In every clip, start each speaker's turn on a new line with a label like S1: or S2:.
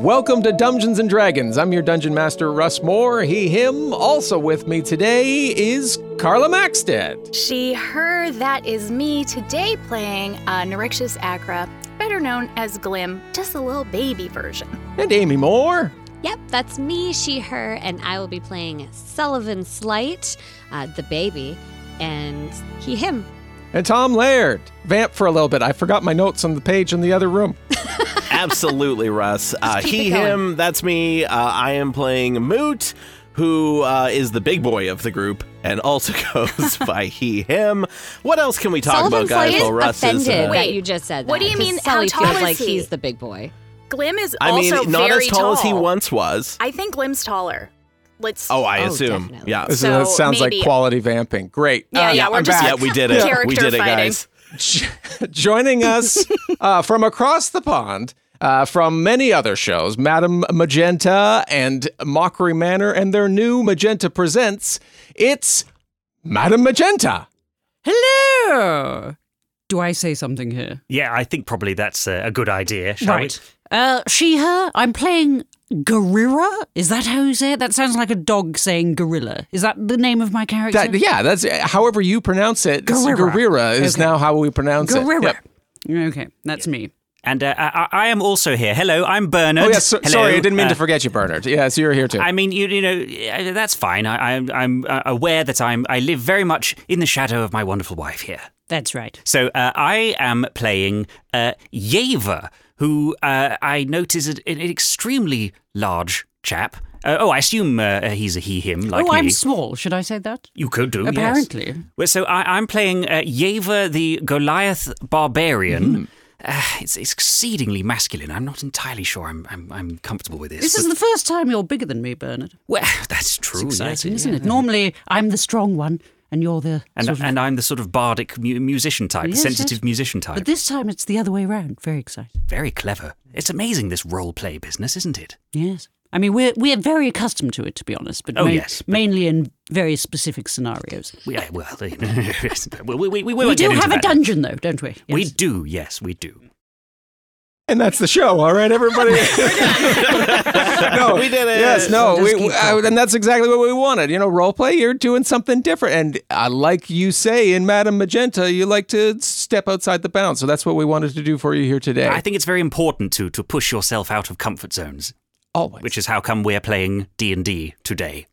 S1: Welcome to Dungeons and Dragons. I'm your dungeon master, Russ Moore. He, him. Also with me today is Carla Maxted.
S2: She, her, that is me, today playing uh, Nerexius Acra, better known as Glim, just a little baby version.
S1: And Amy Moore.
S3: Yep, that's me, she, her, and I will be playing Sullivan Slight, uh, the baby, and he, him.
S1: And Tom Laird. Vamp for a little bit. I forgot my notes on the page in the other room.
S4: Absolutely, Russ. Uh,
S3: keep
S4: he,
S3: it going.
S4: him, that's me. Uh, I am playing Moot, who uh, is the big boy of the group and also goes by he, him. What else can we talk
S3: Sullivan
S4: about, guys?
S3: Slight is
S4: While Russ is.
S3: offended
S2: Wait,
S3: that you just said that.
S2: what do you
S3: 'cause
S2: mean, how
S3: Sully
S2: tall
S3: feels
S2: is
S3: like
S2: he?
S3: he's the big boy.
S2: Glim is
S4: I
S2: also
S4: mean, not
S2: very
S4: as tall, as he
S2: tall.
S4: once was.
S2: I think Glim's taller. Let's.
S4: Oh, I
S3: Oh,
S4: assume.
S3: definitely.
S4: Yeah.
S1: This
S2: So,
S1: is, that sounds
S2: maybe-
S1: like quality vamping. Great.
S2: Yeah,
S1: Uh,
S2: yeah, we're
S1: I'm
S2: just-
S1: back.
S4: Yeah, we did it.
S2: Character
S4: we did it,
S2: fighting.
S4: guys.
S1: Jo- joining us uh, from across the pond uh, from many other shows, Madam Magenta and Mockery Manor, and their new Magenta Presents. It's Madam Magenta.
S5: Hello. Do I say something here?
S6: Yeah, I think probably that's a, a good idea. Shall
S5: right. Uh, she, her. I'm playing Gorilla. Is that how you say it? That sounds like a dog saying gorilla. Is that the name of my character?
S1: That, yeah, that's
S6: uh,
S1: however you pronounce it.
S5: Guerrera.
S1: Guerrera is
S5: Okay.
S1: now how we pronounce it.
S5: gorilla.
S1: Yep.
S5: Okay, that's me.
S6: we? And uh, I, I I am also here. Hello, I'm Bernard.
S1: Oh, yeah. So,
S6: Hello.
S1: sorry, I didn't mean to
S6: Uh,
S1: forget you, Bernard. Yes, you're here too.
S6: I mean, you, you know, yeah, that's fine. I, I'm, I'm uh, aware that I'm, I live very much in the shadow of my wonderful wife here.
S5: That's right.
S6: So uh, I am playing uh, Yeva, who uh, I notice is an extremely large chap. Uh, oh, I assume uh, he's a he, him, like
S5: oh,
S6: me.
S5: I'm small. Should I say that?
S6: you could do, yes.
S5: Apparently.
S6: Well, so I, I'm playing uh, Yeva the Goliath
S5: Hmm.
S6: Barbarian. Uh, it's it's exceedingly masculine. I'm not entirely sure I'm I'm, I'm comfortable with this.
S5: This is
S6: but-
S5: the first time you're bigger than me, Bernard.
S6: well, that's true, yes,
S5: Exciting, isn't
S6: yeah.
S5: it? Normally, I'm the strong one, and you're the
S6: And,
S5: sort of-
S6: and I'm the sort of bardic mu- musician type,
S5: Yes,
S6: the sensitive
S5: yes.
S6: musician type.
S5: But this time, it's the other way around. Very exciting.
S6: Very clever. It's amazing this role play business, isn't it?
S5: Yes. I mean, we're we're very accustomed to it, to be honest, but,
S6: Oh, yes, but-
S5: mainly in very specific scenarios.
S6: We, I- well, we, we, we, we,
S5: we
S6: won't
S5: do
S6: get into
S5: have a
S6: that.
S5: dungeon, though, don't we?
S6: We
S5: Yes.
S6: do, yes, we do.
S1: And that's the show. All right, everybody. no,
S4: We did it.
S1: Yes, no,
S5: We'll
S1: we,
S5: just keep
S1: uh, and that's exactly what we wanted. You know, role play. You're doing something different, and uh, like you say in Madam Magenta, you like to step outside the bounds. So that's what we wanted to do for you here today.
S6: I think it's very important to to push yourself out of comfort zones,
S1: Always.
S6: which is how come we're playing D&D today.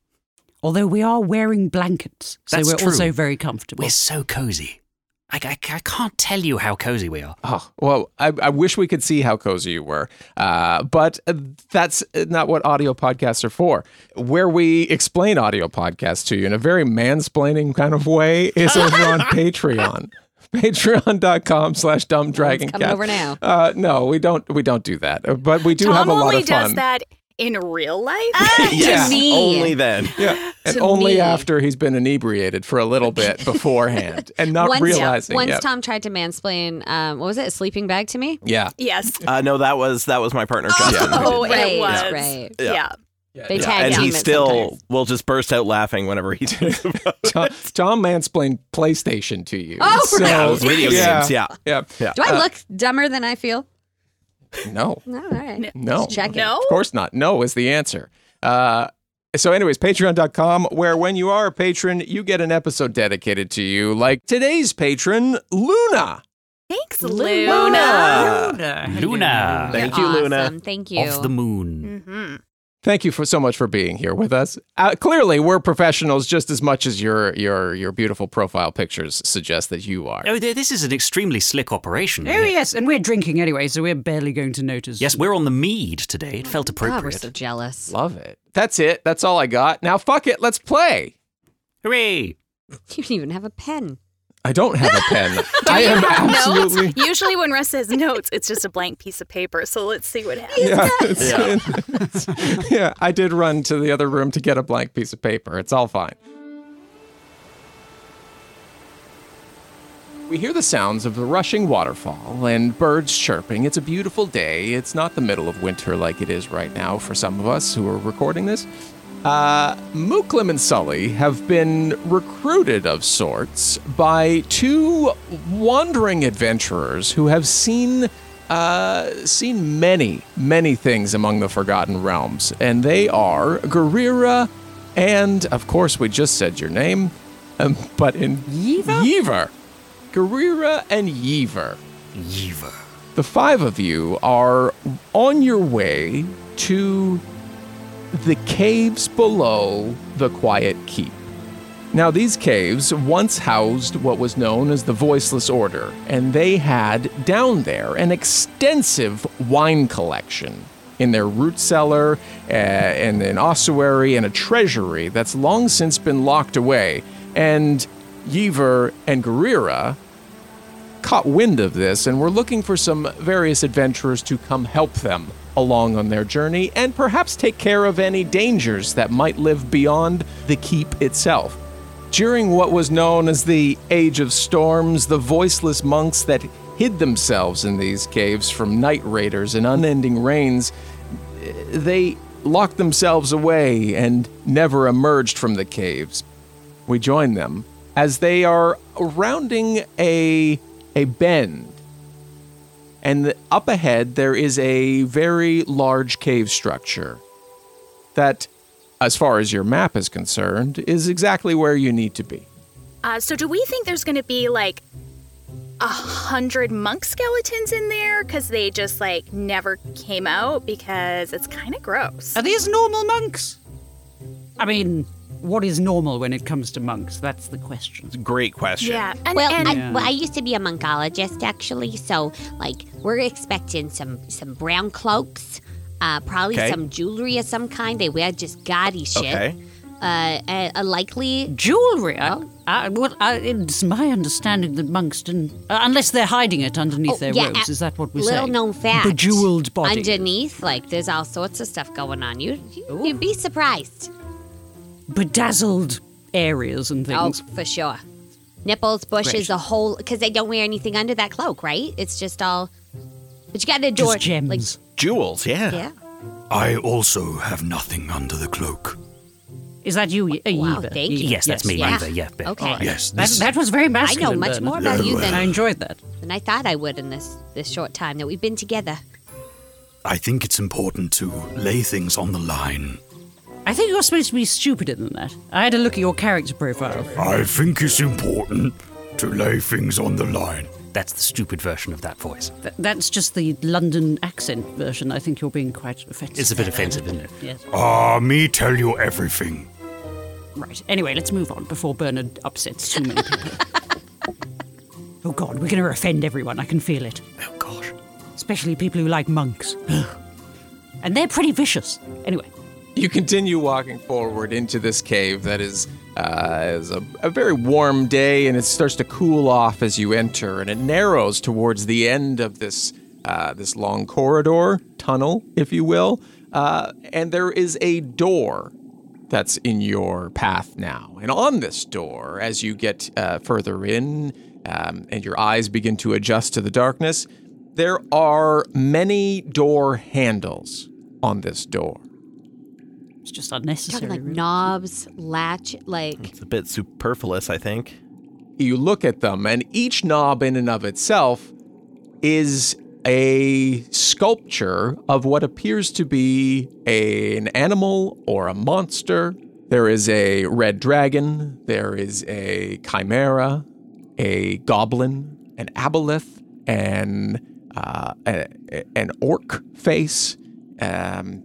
S5: Although we are wearing blankets, so
S6: That's
S5: we're
S6: true.
S5: also very comfortable.
S6: We're so cozy. I, I, I can't tell you how cozy we are.
S1: Oh, well, I, I wish we could see how cozy you were, uh, but uh, that's not what audio podcasts are for. Where we explain audio podcasts to you in a very mansplaining kind of way is over on Patreon. Patreon.com slash dumb dragon
S3: coming over now.
S1: Uh, no, we don't we don't do that. Uh, But we do
S2: Tom
S1: have a lot
S2: only
S1: of fun.
S2: does that in real life.
S3: Ah,
S4: Yes,
S3: me.
S4: only then.
S1: Yeah. And
S3: to
S1: only
S3: me.
S1: after he's been inebriated for a little bit beforehand and not
S3: once,
S1: realizing
S3: once
S1: yeah.
S3: Tom tried to mansplain, um, what was it, a sleeping bag to me?
S1: yeah.
S2: yes.
S4: Uh, no, that was that was my partner Justin. who
S2: Oh,
S4: did that.
S3: Right,
S2: it was.
S3: right.
S2: Yeah.
S3: They
S4: Yeah,
S3: tagged
S4: and
S3: him
S4: he
S3: at
S4: still
S3: sometimes.
S4: will just burst out laughing whenever he talks about it.
S1: Tom, Tom mansplained PlayStation to you.
S3: Oh,
S1: so,
S3: right.
S4: those video
S1: yeah,
S4: games. Yeah.
S1: Yeah. Uh,
S3: Do I look dumber than I feel?
S1: No.
S3: No, all right.
S1: No.
S3: Just checking.
S2: No.
S1: Of course not. No is the answer. Uh, so, anyways, patreon.com, where when you are a patron, you get an episode dedicated to you, like today's patron, Luna.
S2: Thanks,
S3: Luna.
S2: Luna.
S4: Ah,
S5: Luna.
S6: Luna.
S3: You're
S4: Thank you, Luna.
S3: awesome. Thank you.
S6: Of the moon.
S2: Mm-hmm.
S1: Thank you for so much for being here with us. Uh, clearly, we're professionals just as much as your your your beautiful profile pictures suggest that you are.
S6: Oh, th- this is an extremely slick operation.
S5: Oh, yes, and we're drinking anyway, so we're barely going to notice.
S6: Yes, we're on the mead today. It
S7: Ah,
S6: felt
S3: God, we're
S6: appropriate.
S3: so jealous.
S1: Love it. That's it. That's all I got. Now, fuck it. Let's play.
S6: Hooray!
S3: You didn't even have a pen.
S1: I don't have a pen. I am absolutely.
S7: Notes? Usually, when Russ says notes, it's just a blank piece of paper. So let's see what happens.
S1: Yeah, it's- it's- yeah, I did run to the other room to get a blank piece of paper. It's all fine. We hear the sounds of the rushing waterfall and birds chirping. It's a beautiful day. It's not the middle of winter like it is right now for some of us who are recording this. Uh, Muklim and Sully have been recruited of sorts by two wandering adventurers who have seen uh, seen many, many things among the Forgotten Realms, and they are Guerrera and, of course, we just said your name, um, but in Yever, Yever, Guerrera and Yever.
S6: Yeeva.
S1: The five of you are on your way to the caves below the Quiet Keep. Now, these caves once housed what was known as the Voiceless Order, and they had down there an extensive wine collection in their root cellar uh, and an ossuary and a treasury that's long since been locked away. And Yever and Guerrera caught wind of this and were looking for some various adventurers to come help them along on their journey and perhaps take care of any dangers that might live beyond the keep itself. During what was known as the Age of Storms, the voiceless monks that hid themselves in these caves from night raiders and unending rains they locked themselves away and never emerged from the caves. We join them as they are rounding a a bend. And th- up ahead there is a very large cave structure that as far as your map is concerned is exactly where you need to be.
S7: Uh, so, do we think there's going to be like a hundred monk skeletons in there because they just like never came out because it's kind of gross?
S5: Are these normal monks? I mean, what is normal when it comes to monks? That's the question.
S4: Great question.
S7: Yeah. And,
S3: Well,
S7: and-
S3: I, well, I used to be a monkologist actually, so like we're expecting some some brown cloaks, uh, probably
S4: Okay.
S3: some jewelry of some kind. They wear just gaudy shit.
S4: Okay.
S3: Uh, a, a likely. Oh.
S5: Jewelry. I, I, well, I, it's my understanding that monks didn't, uh, unless they're hiding it underneath
S3: Oh,
S5: their
S3: yeah,
S5: robes.
S3: a-
S5: Is that what we say?
S3: Little known fact.
S5: Bejeweled body.
S3: Underneath, like there's all sorts of stuff going on. You, you you'd be surprised.
S5: Bedazzled areas and
S3: e- Oh,
S5: things.
S3: for sure. Nipples, bushes, the whole because they don't wear anything under that cloak, right? It's just all. But you got to adore
S5: just gems.
S4: Jewels, yeah.
S3: Like, yeah.
S8: I also have nothing under the cloak.
S5: is that you, uh,
S3: Wow,
S5: Yeeva?
S3: thank
S5: Yeeva,
S3: you.
S6: Yes, that's me,
S3: Yeah.
S6: Yeeva. Yeah. yeah.
S3: Okay.
S8: Oh, Yes,
S5: That,
S8: this
S5: that was very masculine.
S3: much
S5: Bernard.
S3: more about you than-
S5: I enjoyed that.
S3: than I thought I would in this this short time that we've been together.
S8: I think it's important to lay things on the line.
S5: I think you're supposed to be stupider than that. I had a look at your character profile.
S8: I think it's important to lay things on the line.
S6: That's the stupid version of that voice.
S5: Th- that's just the London accent version. I think you're being quite offensive.
S6: It's a bit offensive, isn't it?
S5: Yes.
S8: Ah, me tell you everything.
S5: Right. Anyway, let's move on before Bernard upsets too many people. oh God, we're going to offend everyone. I can feel it.
S6: Oh gosh.
S5: Especially people who like monks. and they're pretty vicious. Anyway.
S1: You continue walking forward into this cave that is, uh, is a, a very warm day, and it starts to cool off as you enter, and it narrows towards the end of this uh, this long corridor tunnel, if you will. Uh, and there is a door that's in your path now. And on this door, as you get uh, further in um, and your eyes begin to adjust to the darkness, there are many door handles on this door.
S5: It's just
S3: Talking
S5: unnecessary.
S3: like
S5: really.
S3: knobs, latch, like
S4: It's a bit superfluous, I think.
S1: you look at them, and each knob in and of itself is a sculpture of what appears to be a- an animal or a monster. There is a red dragon, there is a chimera, a goblin, an aboleth, an, uh, a- a- an orc face, um,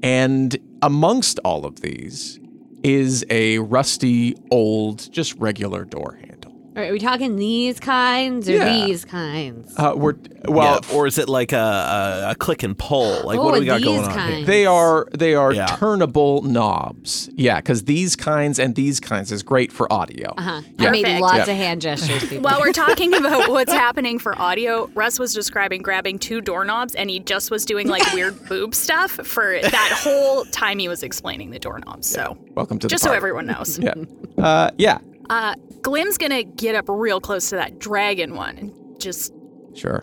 S1: And amongst all of these is a rusty, old, just regular door handle.
S3: All right, are we talking these kinds or
S1: Yeah.
S3: these kinds?
S1: Uh, we're well,
S4: Yeah, or is it like a, a, a click and pull? Like,
S3: Oh,
S4: what do we got
S3: these
S4: going on?
S3: kinds.
S1: They are they are
S4: Yeah.
S1: turnable knobs. Yeah, because these kinds and these kinds is great for audio.
S3: Uh-huh.
S1: Yeah.
S3: I made
S7: Perfect.
S3: lots
S1: Yeah.
S3: of hand gestures. people.
S7: While we're talking about what's happening for audio, Russ was describing grabbing two doorknobs and he just was doing like weird boob stuff for that whole time he was explaining the doorknobs. So
S1: Welcome to the
S7: just so
S1: party.
S7: everyone knows.
S1: Yeah. Uh, yeah.
S7: Uh, Glim's gonna get up real close to that dragon one and just
S1: Sure.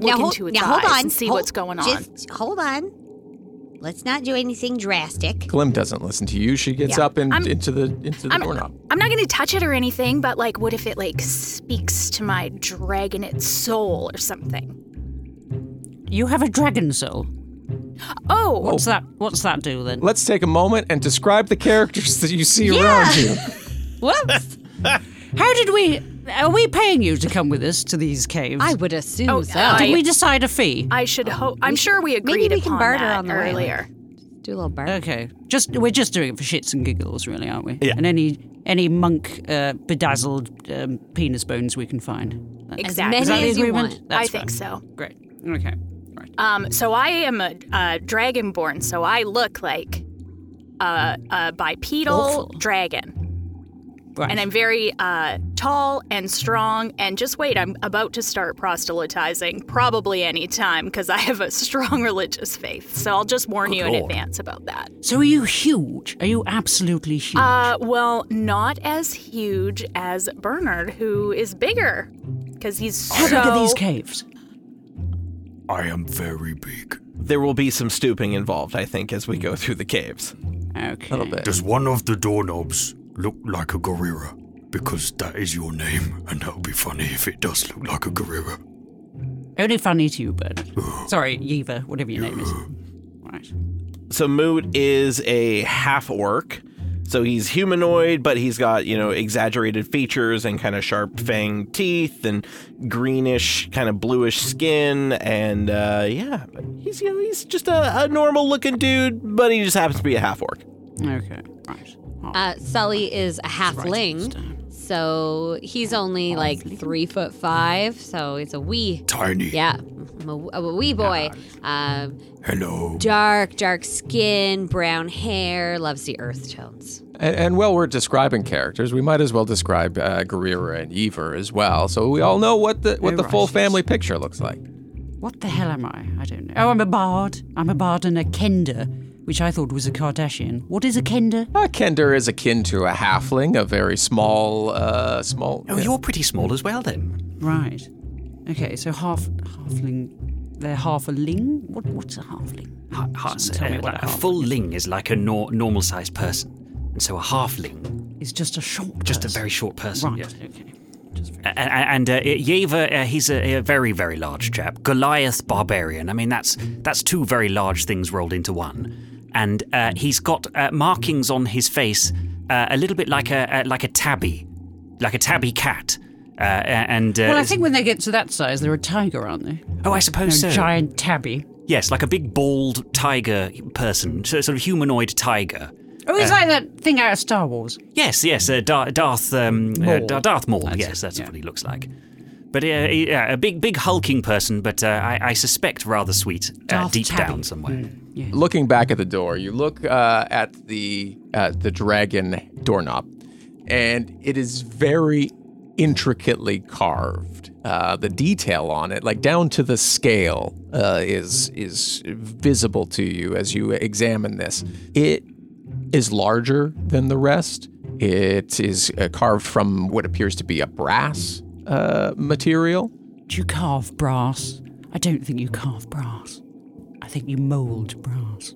S7: look into its eyes and see
S3: Hold-
S7: what's going on.
S3: Just hold on. Let's not do anything drastic.
S1: Glim doesn't listen to you. She gets
S3: Yeah.
S1: up and
S7: I'm-
S1: into the into the doorknob.
S7: I'm not gonna touch it or anything, but like, what if it like speaks to my dragonate soul or something?
S5: You have a dragon soul.
S7: Oh,
S5: What's that? What's that do then?
S1: Let's take a moment and describe the characters that you see around you.
S5: What? How did we? Are we paying you to come with us to these caves?
S3: I would assume
S7: Oh,
S3: so.
S7: I-
S5: did we decide a fee?
S7: I should hope. I'm sure we
S3: maybe
S7: agreed
S3: we can
S7: upon
S3: barter
S7: that
S3: on the way,
S7: earlier.
S3: do a little burn.
S5: Okay, just we're just doing it for shits and giggles, really, aren't we?
S4: Yeah.
S5: And any any monk uh, bedazzled um, penis bones we can find. That-
S7: Exactly.
S3: As
S7: Is that
S3: many
S5: the
S3: as you
S5: agreement?
S3: want.
S5: That's
S7: I think
S5: fine.
S7: so.
S5: Great. Okay. Right.
S7: Um, so I am a, a dragonborn, so I look like a, a bipedal
S5: Awful.
S7: dragon,
S5: Right.
S7: and I'm very uh, tall and strong. And just wait, I'm about to start proselytizing, probably any time, because I have a strong religious faith. So I'll just warn you in
S6: lord.
S7: advance about that.
S5: so are you huge? Are you absolutely huge?
S7: Uh, well, not as huge as Bernard, who is bigger, because he's
S5: How
S7: so.
S5: big are Oh, these caves?
S8: I am very big.
S4: There will be some stooping involved, I think, as we go through the caves.
S5: Okay.
S1: A little bit.
S8: Does one of the doorknobs look like a gorilla? Because that is your name, and that would be funny if it does look like a gorilla.
S5: Only funny to you, Bernard. Sorry, Yeva, whatever your name is. Right.
S4: So Moot is a half orc. So he's humanoid, but he's got, you know, exaggerated features and kind of sharp fang teeth and greenish, kind of bluish skin. And uh, yeah, he's, you know, he's just a, a normal looking dude, but he just happens to be a half orc.
S5: Okay. Right. Oh,
S3: Uh, Sully is a
S5: this
S3: halfling, so he's only like three foot five, so it's a wee.
S8: Tiny.
S3: Yeah, I'm a, I'm a wee boy. Um,
S8: Hello.
S3: dark, dark skin, brown hair, loves the earth tones.
S1: And, and while we're describing characters, we might as well describe uh, Guerrera and Eivor as well, so we all know what the what the full
S5: Arises.
S1: family picture looks like.
S5: What the hell am I? I don't know. Oh, I'm a bard. I'm a bard and a kender, which I thought was a Kardashian. What is a kender?
S1: Mm-hmm. A kender is akin to a halfling, a very small, uh, small.
S6: Oh, you're pretty small as well, then.
S5: Right. Okay, so half halfling. They're half a ling. What? What's a halfling?
S6: Heart, hearts,
S5: Mm, Tell me
S6: uh,
S5: what
S6: like
S5: a
S6: a full ling is like a nor- normal sized person. And so a halfling,
S5: It's just a short.
S6: just a
S5: person.
S6: very short person.
S5: Right.
S6: yeah. Uh,
S5: Okay. Just very.
S6: A- a- And, uh, Yeva, uh, he's a, a very, very large chap. Goliath Barbarian. I mean, that's that's two very large things rolled into one. And uh, he's got uh, markings on his face, uh, a little bit like a uh, like a tabby, like a tabby cat. Uh, a- and uh,
S5: well, I think when they get to that size, they're a tiger, aren't they?
S6: oh, I
S5: They're
S6: suppose so.
S5: a giant tabby.
S6: Yes, like a big bald tiger person, so- sort of humanoid tiger. Uh,
S5: Oh, it's like that thing out of Star Wars.
S6: Yes, yes, uh, Dar- Darth um, uh,
S5: Maul.
S6: Dar- Darth Maul.
S5: That's
S6: yes,
S5: it,
S6: that's
S5: yeah.
S6: what he looks like. But uh, yeah, a big, big hulking person, but uh, I, I suspect rather sweet uh,
S5: Darth Hmm.
S6: deep
S5: Tabby.
S6: down somewhere.
S1: Looking back at the door, you look uh, at the uh, the dragon doorknob, and it is very intricately carved. Uh, the detail on it, like down to the scale, uh, is is visible to you as you examine this. It is larger than the rest. It is uh, carved from what appears to be a brass uh, material.
S5: Do you carve brass? I don't think you carve brass. I think you mould brass.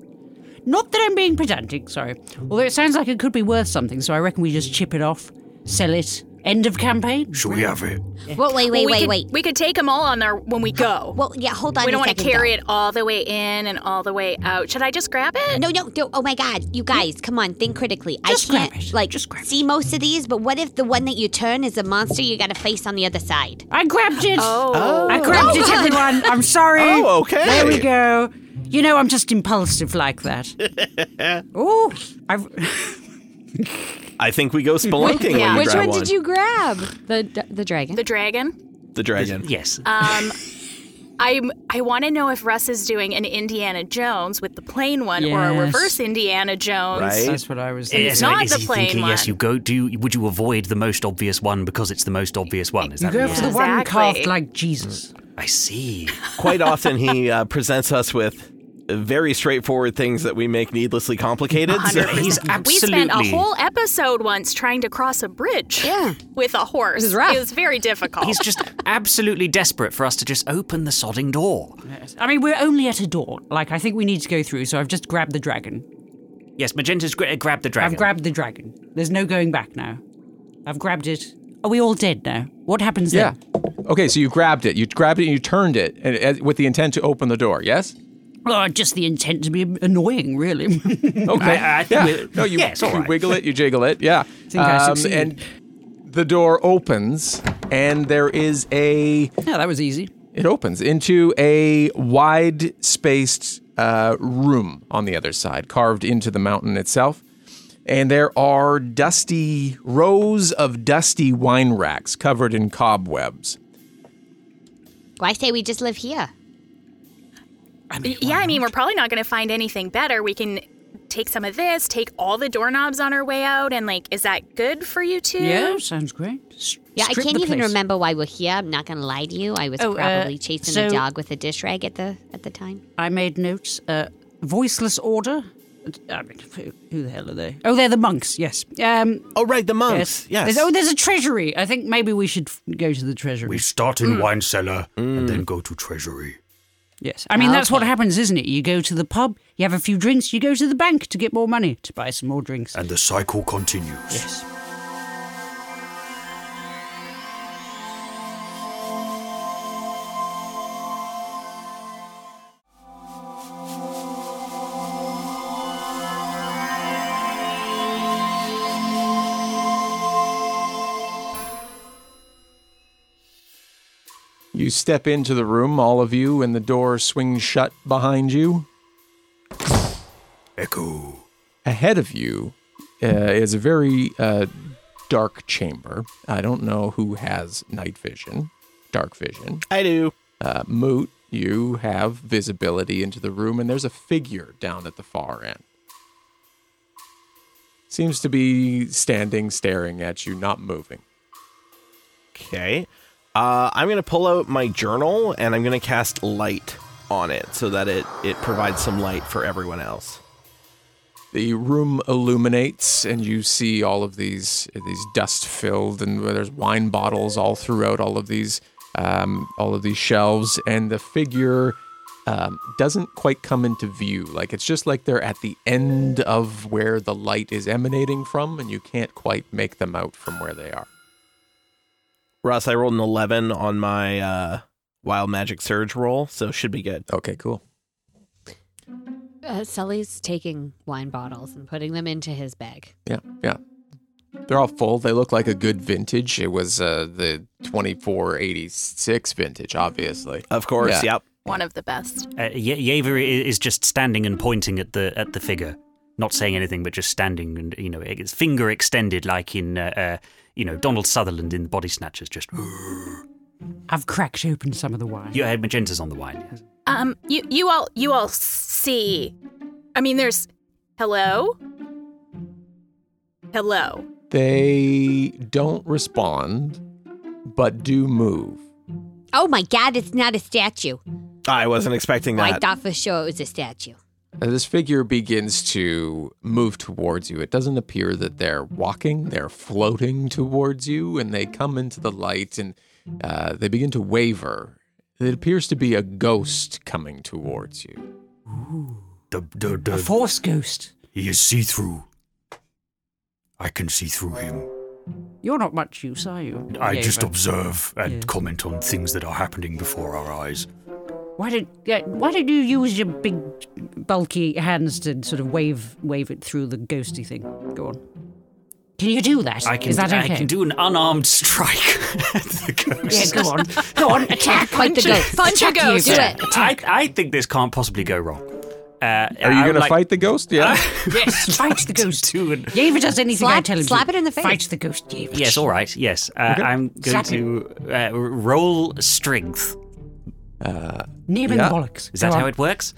S5: Not that I'm being pedantic, sorry. Although it sounds like it could be worth something, so I reckon we just chip it off, sell it. End of campaign.
S8: Shall we have it?
S9: Well, wait, wait,
S7: we
S9: wait,
S7: could,
S9: wait.
S7: We could take them all on there when we go.
S9: Well, yeah, hold on.
S7: we
S9: a
S7: don't want to
S9: second,
S7: carry
S9: though.
S7: it all the way in and all the way out. Should I just grab it? Hmm?
S9: No, no, no. Oh my God, you guys, come on, think critically.
S5: Just
S9: I can't
S5: grab it.
S9: like
S5: Just grab
S9: see most of these, but what if the one that you turn is a monster you got to face on the other side?
S5: I grabbed it.
S7: Oh.
S5: I grabbed it, everyone. I'm sorry.
S4: Oh, okay.
S5: There we go. You know, I'm just impulsive like that. oh, I've.
S4: I think we go spelunking
S7: Yeah.
S4: when you
S3: Which
S4: grab
S3: one did you grab? The the dragon.
S7: The dragon.
S4: The dragon.
S6: Yes.
S7: Um, I'm, I want to know if Russ is doing an Indiana Jones with the plain one or a
S5: Yes.
S7: reverse Indiana Jones.
S4: Right?
S5: That's what I was.
S6: Yeah,
S5: Thinking.
S6: so
S7: not
S6: is
S7: the
S6: he
S7: plain
S6: thinking, Yes,
S7: one.
S6: you go. Do you, would you avoid the most obvious one because it's the most obvious one? Is
S5: You
S6: that
S5: go
S6: what
S5: for the
S6: you're
S5: one
S7: Exactly.
S5: carved like Jesus.
S6: saying? I see.
S4: Quite often he uh, presents us with very straightforward things that we make needlessly complicated. So
S7: 100%.
S6: He's
S7: We spent a
S6: absolutely-
S7: whole episode once trying to cross a bridge.
S9: Yeah.
S7: With a horse.
S9: It was rough.
S7: It was very difficult.
S6: He's just absolutely desperate for us to just open the sodding door.
S5: I mean, we're only at a door. Like, I think we need to go through. So I've just grabbed the dragon.
S6: Yes, Magenta's gra- grabbed the dragon.
S5: I've grabbed the dragon. There's no going back now. I've grabbed it. Are we all dead now? What happens
S1: Yeah.
S5: then?
S1: Okay, so you grabbed it. You grabbed it and you turned it and, and with the intent to open the door, yes?
S5: Oh, just the intent to be annoying, really.
S1: Okay.
S6: I- I think
S1: yeah.
S6: we-
S1: No, you,
S6: yeah, it's all
S1: you
S6: right.
S1: wiggle it, you jiggle it. Yeah. Um,
S5: Think I succeeded.
S1: and the door opens and there is a
S5: yeah, that was easy.
S1: it opens into a wide spaced uh, room on the other side, carved into the mountain itself. And there are dusty rows of dusty wine racks covered in cobwebs.
S9: Why say we just live here?
S7: yeah, I mean, we're probably not going to find anything better. We can take some of this, take all the doorknobs on our way out, and like, is that good for you two?
S5: Yeah, sounds great. S-
S9: Yeah,
S5: strip
S9: I can't
S5: the
S9: even
S5: place.
S9: remember why we're here. I'm not gonna lie to you. I was
S5: Oh, uh,
S9: probably chasing a
S5: so-
S9: dog with a dish rag at the at the time.
S5: I made notes. Uh, voiceless order. I mean, who- who the hell are they? Oh, they're the monks. Yes. Um,
S4: oh, right, the monks.
S5: yes.
S4: Yes.
S5: There's, oh, there's a treasury. I think maybe we should f- go to the treasury.
S8: We start
S5: Mm.
S8: in wine cellar and then go to treasury.
S5: Yes. I mean, that's what happens, isn't it? You go to the pub, you have a few drinks, you go to the bank to get more money to buy some more drinks.
S8: And the cycle continues.
S5: yes.
S1: You step into the room, all of you, and the door swings shut behind you.
S8: Echo.
S1: Ahead of you uh, is a very uh, dark chamber. I don't know who has night vision, dark vision.
S4: I do.
S1: Uh, Moot, you have visibility into the room, and there's a figure down at the far end. Seems to be standing, staring at you, not moving.
S4: Okay. Uh, I'm going to pull out my journal and I'm going to cast light on it so that it, it provides some light for everyone else.
S1: The room illuminates, and you see all of these these dust filled, and there's wine bottles all throughout all of these um, all of these shelves. And the figure um, doesn't quite come into view. Like it's just like they're at the end of where the light is emanating from, and you can't quite make them out from where they are.
S4: Russ, I rolled an 11 on my uh, wild magic surge roll, so should be good.
S1: Okay, cool.
S3: Uh, Sully's taking wine bottles and putting them into his bag.
S1: Yeah, yeah. They're all full. They look like a good vintage. It was uh, the 2486 vintage, obviously.
S4: Of course,
S1: Yeah.
S4: yep.
S7: One of the best.
S6: Uh, Ye- Yeaver i- is just standing and pointing at the at the figure, not saying anything, but just standing and you know, it's finger extended, like in uh, uh, you know Donald Sutherland in Body Snatchers. Just
S5: I've cracked open some of the wine.
S6: you had magentas on the wine. Yes.
S7: Um, you you all you all see. I mean, there's hello, hello.
S1: They don't respond, but do move.
S9: Oh my god, it's not a statue. Oh,
S4: I wasn't expecting
S9: I
S4: that.
S9: thought for sure it was a statue.
S1: As this figure begins to move towards you, it doesn't appear that they're walking, they're floating towards you, and they come into the light and uh, they begin to waver. It appears to be a ghost coming towards you.
S8: The, the,
S5: A
S8: the,
S5: force ghost.
S8: he is see through. I can see through him.
S5: You're not much use, are you?
S8: I
S5: Yeah,
S8: just
S5: but-
S8: observe and
S5: Yeah.
S8: comment on things that are happening before our eyes.
S5: Why don't yeah, Why don't you use your big, bulky hands to sort of wave wave it through the ghosty thing? Go on. Can you do that?
S6: I can
S5: Is that okay?
S6: I can do an unarmed strike at the
S5: Yeah,
S6: ghost.
S5: go on. Go on. Attack.
S9: Fight the
S5: punch it.
S9: ghost.
S7: Punch a
S5: Attack you.
S7: ghost.
S9: Do it.
S6: I, I think this can't possibly go wrong. Uh,
S1: Are you going to fight the ghost? Yeah.
S5: Yes, fight the ghost.
S6: Dude.
S5: Yeva does anything I
S9: Slap-
S5: tell him. to.
S9: slap it in the face.
S5: Fight the ghost, Yeva.
S6: Yes, all right. Yes, uh, I'm going
S5: Slap
S6: to uh, roll strength.
S5: Nib and
S1: Yeah.
S5: bollocks.
S6: Uh, Is that
S5: Go
S6: how
S5: on.
S6: it works?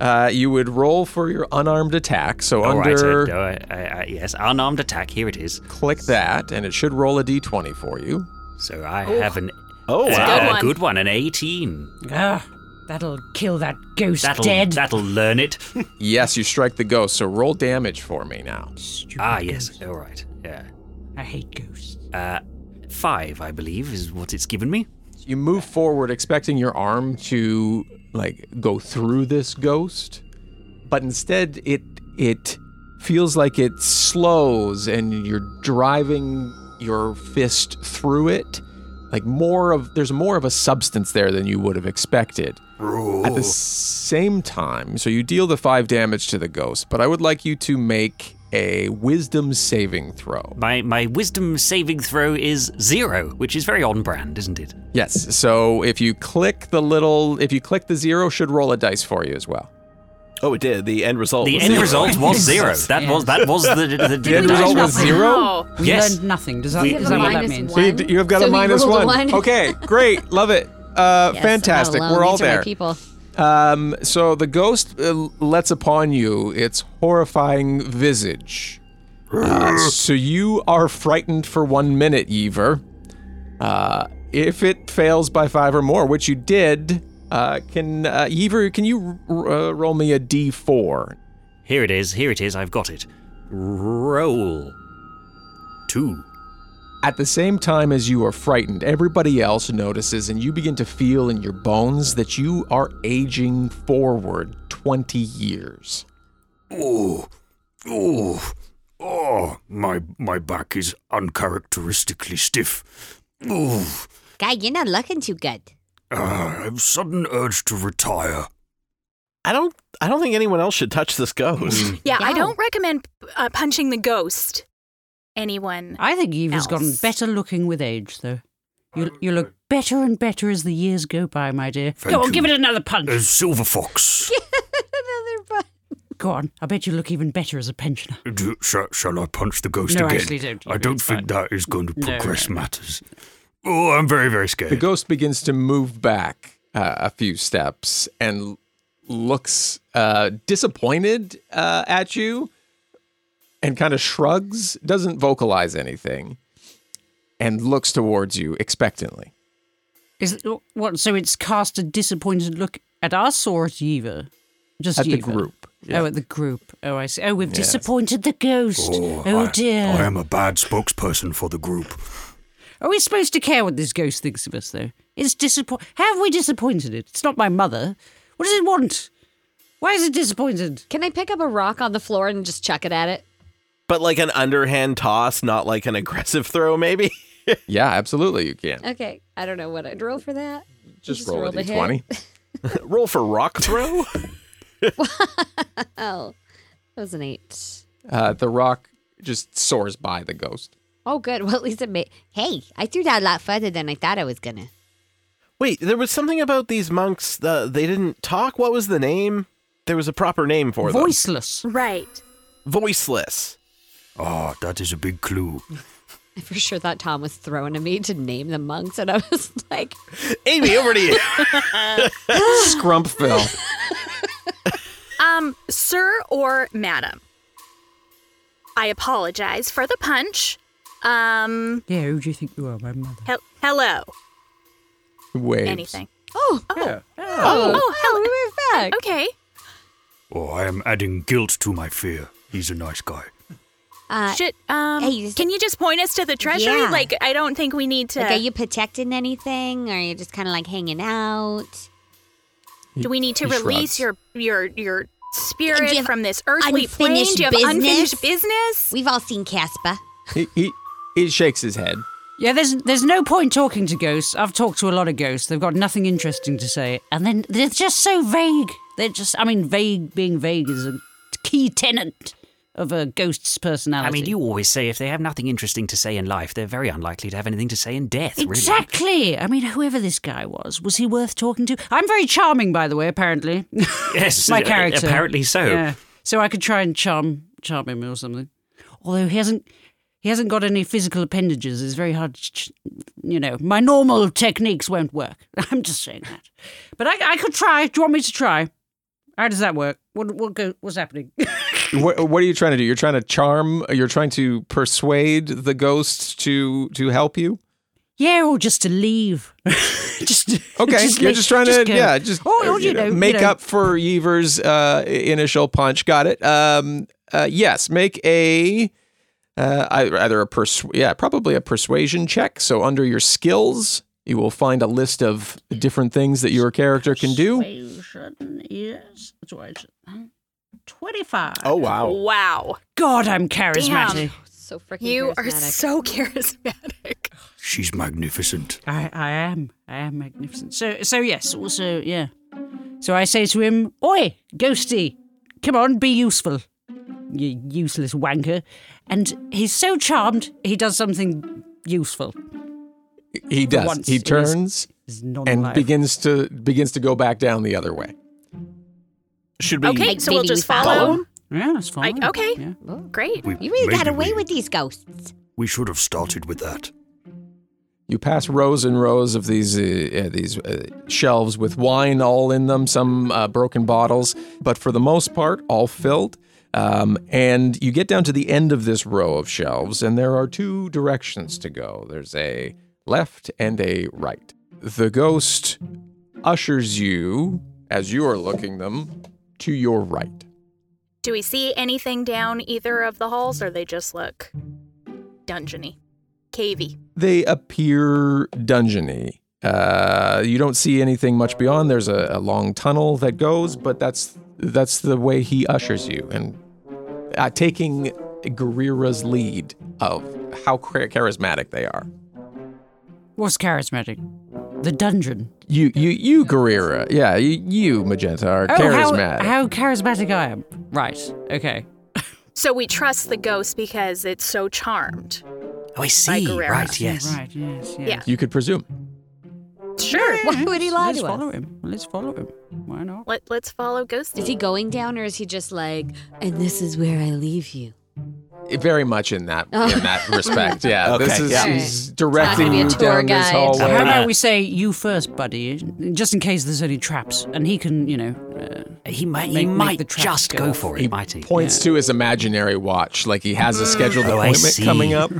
S1: Uh, you would roll for your unarmed attack. So
S6: All right.
S1: under
S6: uh, uh, uh, yes, unarmed attack. Here it is.
S1: click that, and it should roll a d20 for you.
S6: So I have an
S4: Oh,
S6: uh,
S4: wow.
S7: good one.
S6: good one, an 18.
S5: Ah, that'll kill that ghost
S6: That'll
S5: dead.
S6: that'll learn it.
S1: Yes, you strike the ghost. So roll damage for me now.
S5: Stupid
S6: ah, yes.
S5: ghost.
S6: All right. Yeah.
S5: I hate ghosts.
S6: Uh, five, I believe, is what it's given me.
S1: You move forward, expecting your arm to like go through this ghost, but instead it it feels like it slows, and you're driving your fist through it. Like more of there's more of a substance there than you would have expected. At the same time, so you deal the five damage to the ghost, but I would like you to make a wisdom saving throw.
S6: My my wisdom saving throw is zero, which is very on brand, isn't it?
S1: Yes. So if you click the little, if you click the zero, should roll a dice for you as well.
S4: Oh, it did. The end result.
S6: The
S4: was
S6: end
S4: zero.
S6: result was zero. That was that was the the, the,
S1: The end result was
S5: nothing.
S1: zero.
S7: Oh,
S5: We
S6: Yes.
S5: learned nothing. Does that,
S6: We-
S5: is that what that
S3: Minus
S5: means?
S3: one.
S1: You, you have got
S9: So
S1: a
S9: we
S1: minus
S9: rolled a
S1: one.
S9: one.
S1: Okay, great, love it. Uh,
S9: Yes, I'm not
S1: fantastic.
S9: alone.
S1: We're all
S9: These are my
S1: there.
S9: people.
S1: Um, so the ghost uh, lets upon you its horrifying visage. Uh, so you are frightened for one minute, Yeaver. Uh, if it fails by five or more, which you did, uh, can uh, Yeaver, can you r- uh, roll me a d4?
S6: Here it is. Here it is. I've got it. Roll two.
S1: At the same time as you are frightened, everybody else notices, and you begin to feel in your bones that you are aging forward 20 years.
S8: Oh, oh, oh! My my back is uncharacteristically stiff. Oh, Ah,
S9: Guy, you're not looking too good.
S8: I have sudden urge to retire.
S4: I don't. I don't think anyone else should touch this
S8: Hmm.
S4: ghost.
S7: yeah, I
S9: Yeah.
S7: don't recommend uh, punching the ghost. Anyone?
S5: I think Eva's gotten
S7: Else.
S5: better looking with age, though. You, you look better and better as the years go by, my dear.
S8: Thank
S5: go on,
S8: you.
S5: give it another punch.
S8: A silver fox.
S5: go on. I bet you look even better as a pensioner.
S8: Do, shall, shall I punch the ghost
S5: No,
S8: again?
S5: actually, don't.
S8: I don't think that is going to
S5: No,
S8: progress matters. Oh, I'm very very
S1: The
S8: scared.
S1: ghost begins to move back uh, a few steps and looks uh, disappointed uh, at you and kind of shrugs, doesn't vocalize anything, and looks towards you expectantly.
S5: Is what? So it's cast a disappointed look at us or at Eva? Just
S1: At the
S5: Yeeva?
S1: group,
S5: Oh, at the group. Oh, I see. Oh, we've disappointed the ghost. Oh,
S8: I,
S5: dear.
S8: I am a bad spokesperson for the group.
S5: Are we supposed to care what this ghost thinks of us, though? It's disappoint. How have we disappointed it? It's not my mother. What does it want? Why is it disappointed?
S9: Can I pick up a rock on the floor and just chuck it at it?
S4: but like an underhand toss, not like an aggressive throw, maybe.
S1: Yeah, absolutely, you can.
S9: Okay. I don't know what I'd roll for that.
S1: Just,
S9: just
S1: roll a
S9: rolled a hit.
S1: d20.
S4: Roll for rock throw.
S9: Oh, that was an eight.
S1: Uh, the rock just soars by the ghost.
S9: Oh, good. Well, at least it made. Hey, I threw that a lot further than I thought I was gonna.
S4: Wait, there was something about these monks. Uh, they didn't talk. What was the name? There was a proper name for
S5: Voiceless.
S7: Right.
S4: them. Voiceless.
S8: Ah, that is a big clue.
S9: I for sure thought Tom was throwing at me to name the monks, and I was like,
S4: Amy, over to you.
S1: Scrumpfell.
S7: Um, sir or madam? I apologize for the punch. Um,
S5: Yeah, who do you think you are, my mother?
S7: hel- hello.
S1: Waves.
S7: Anything.
S9: "Oh, oh,
S7: Oh, oh, hello.
S9: we went back."
S7: Okay.
S8: Oh, I am adding guilt to my fear. He's a nice guy.
S9: Uh,
S7: Should um,
S9: hey, is-
S7: can you just point us to the treasury?
S9: Yeah.
S7: Like, I don't think we need to.
S9: like, are you protecting anything, or are you just kind of like hanging out?
S7: do we need to
S1: He
S7: release
S1: shrugs.
S7: your your your
S9: Do
S7: spirit
S9: you have
S7: from this earthly plane? Do
S9: unfinished
S7: you have
S9: business?
S7: unfinished business?
S9: We've all seen Casper.
S1: He, he, he shakes his head.
S5: Yeah, there's there's no point talking to ghosts. I've talked to a lot of ghosts. They've got nothing interesting to say, and then they're just so vague. They're just, I mean, vague being vague is a key tenet of a ghost's personality.
S6: I mean, you always say if they have nothing interesting to say in life, they're very unlikely to have anything to say in death, really.
S5: Exactly. I mean, whoever this guy was, was he worth talking to? I'm very charming, by the way. Apparently,
S6: Yes,
S5: my
S6: uh,
S5: character.
S6: apparently so.
S5: Yeah. So I could try and charm charm him or something. Although he hasn't he hasn't got any physical appendages. It's very hard. To, ch- you know, my normal techniques won't work. I'm just saying that. But I, I could try. Do you want me to try? How does that work? What what go, what's happening?
S1: What, what are you trying to do? You're trying to charm. You're trying to persuade the ghost to to help you.
S5: yeah, or just to leave. just
S1: Okay, you're
S5: leave.
S1: just trying to
S5: go.
S1: yeah, just
S5: or,
S1: uh,
S5: or, Oh, you know, you
S1: make
S5: know.
S1: up for Evers' uh, i- initial punch. Got it. Um, uh, yes, make a uh, ei- either a persu- yeah, probably a persuasion check. So under your skills, you will find a list of different things that your character can do.
S5: Persuasion, Yes, that's what I said. Twenty-five.
S4: Oh wow.
S7: Wow.
S5: God, I'm charismatic.
S7: Damn.
S9: So freaking
S7: You are
S9: charismatic.
S7: so charismatic.
S8: She's magnificent.
S5: I, I am. I am magnificent. So, so yes. Also, yeah. So I say to him, "Oi, ghosty, come on, be useful, you useless wanker." And he's so charmed, he does something useful.
S1: He does.
S5: once
S1: he
S5: in his-
S1: turns
S5: He's non
S1: and begins to begins to go back down the other way.
S4: Should we?
S7: Okay,
S9: Like,
S7: so we'll
S9: maybe we
S7: just
S9: follow
S7: follow.
S9: him?
S5: Yeah, that's fine.
S7: I- okay.
S5: Oh, Yeah.
S7: Great.
S8: We,
S9: You really got
S8: maybe
S9: away
S8: we-
S9: with these ghosts.
S8: We should have started with that.
S1: You pass rows and rows of these uh, uh, these uh, shelves with wine all in them, some uh, broken bottles, but for the most part, all filled. Um, and you get down to the end of this row of shelves, and there are two directions to go. There's a left and a right. The ghost ushers you, as you are looking them, to your right.
S7: Do we see anything down either of the halls, or they just look dungeony, cavey?
S1: they appear dungeony. Uh, you don't see anything much beyond. There's a, a long tunnel that goes, but that's that's the way he ushers you, and uh, taking Guerrera's lead of how char- charismatic they are.
S5: What's charismatic? The dungeon.
S1: You, you, you, Guerrera. Yeah, you, you Magenta
S9: Oh,
S1: are charismatic.
S5: Oh, How, how charismatic I am. Right. Okay.
S7: So we trust the ghost because it's so charmed.
S6: Oh, I see.
S7: Guerrera.
S6: Right, yes.
S5: Right. Yes. Yes.
S7: Yeah.
S1: you could presume.
S7: Sure.
S9: Why would he lie
S5: Let's
S9: to
S5: follow
S9: us?
S5: him. Let's follow him. Why not?
S7: Let, let's follow Ghosty.
S9: Is he going down or is he just like, and this is where I leave you?
S1: Very much in that
S9: Oh.
S1: in that respect. Yeah,
S4: Okay,
S1: this is
S4: yeah.
S1: he's directing
S9: Not gonna be a
S1: you
S9: tour
S1: down this
S9: guide.
S1: hallway.
S5: How about we say you first, buddy, just in case there's any traps, and he can, you know. Uh,
S6: He might,
S5: Make-
S6: he
S5: make
S6: might
S5: the traps
S6: just
S5: go
S6: go
S5: off.
S6: for it,
S1: He
S6: might he?
S1: points to his imaginary watch, like he has a scheduled
S6: Oh, I
S1: appointment
S6: see.
S1: coming up.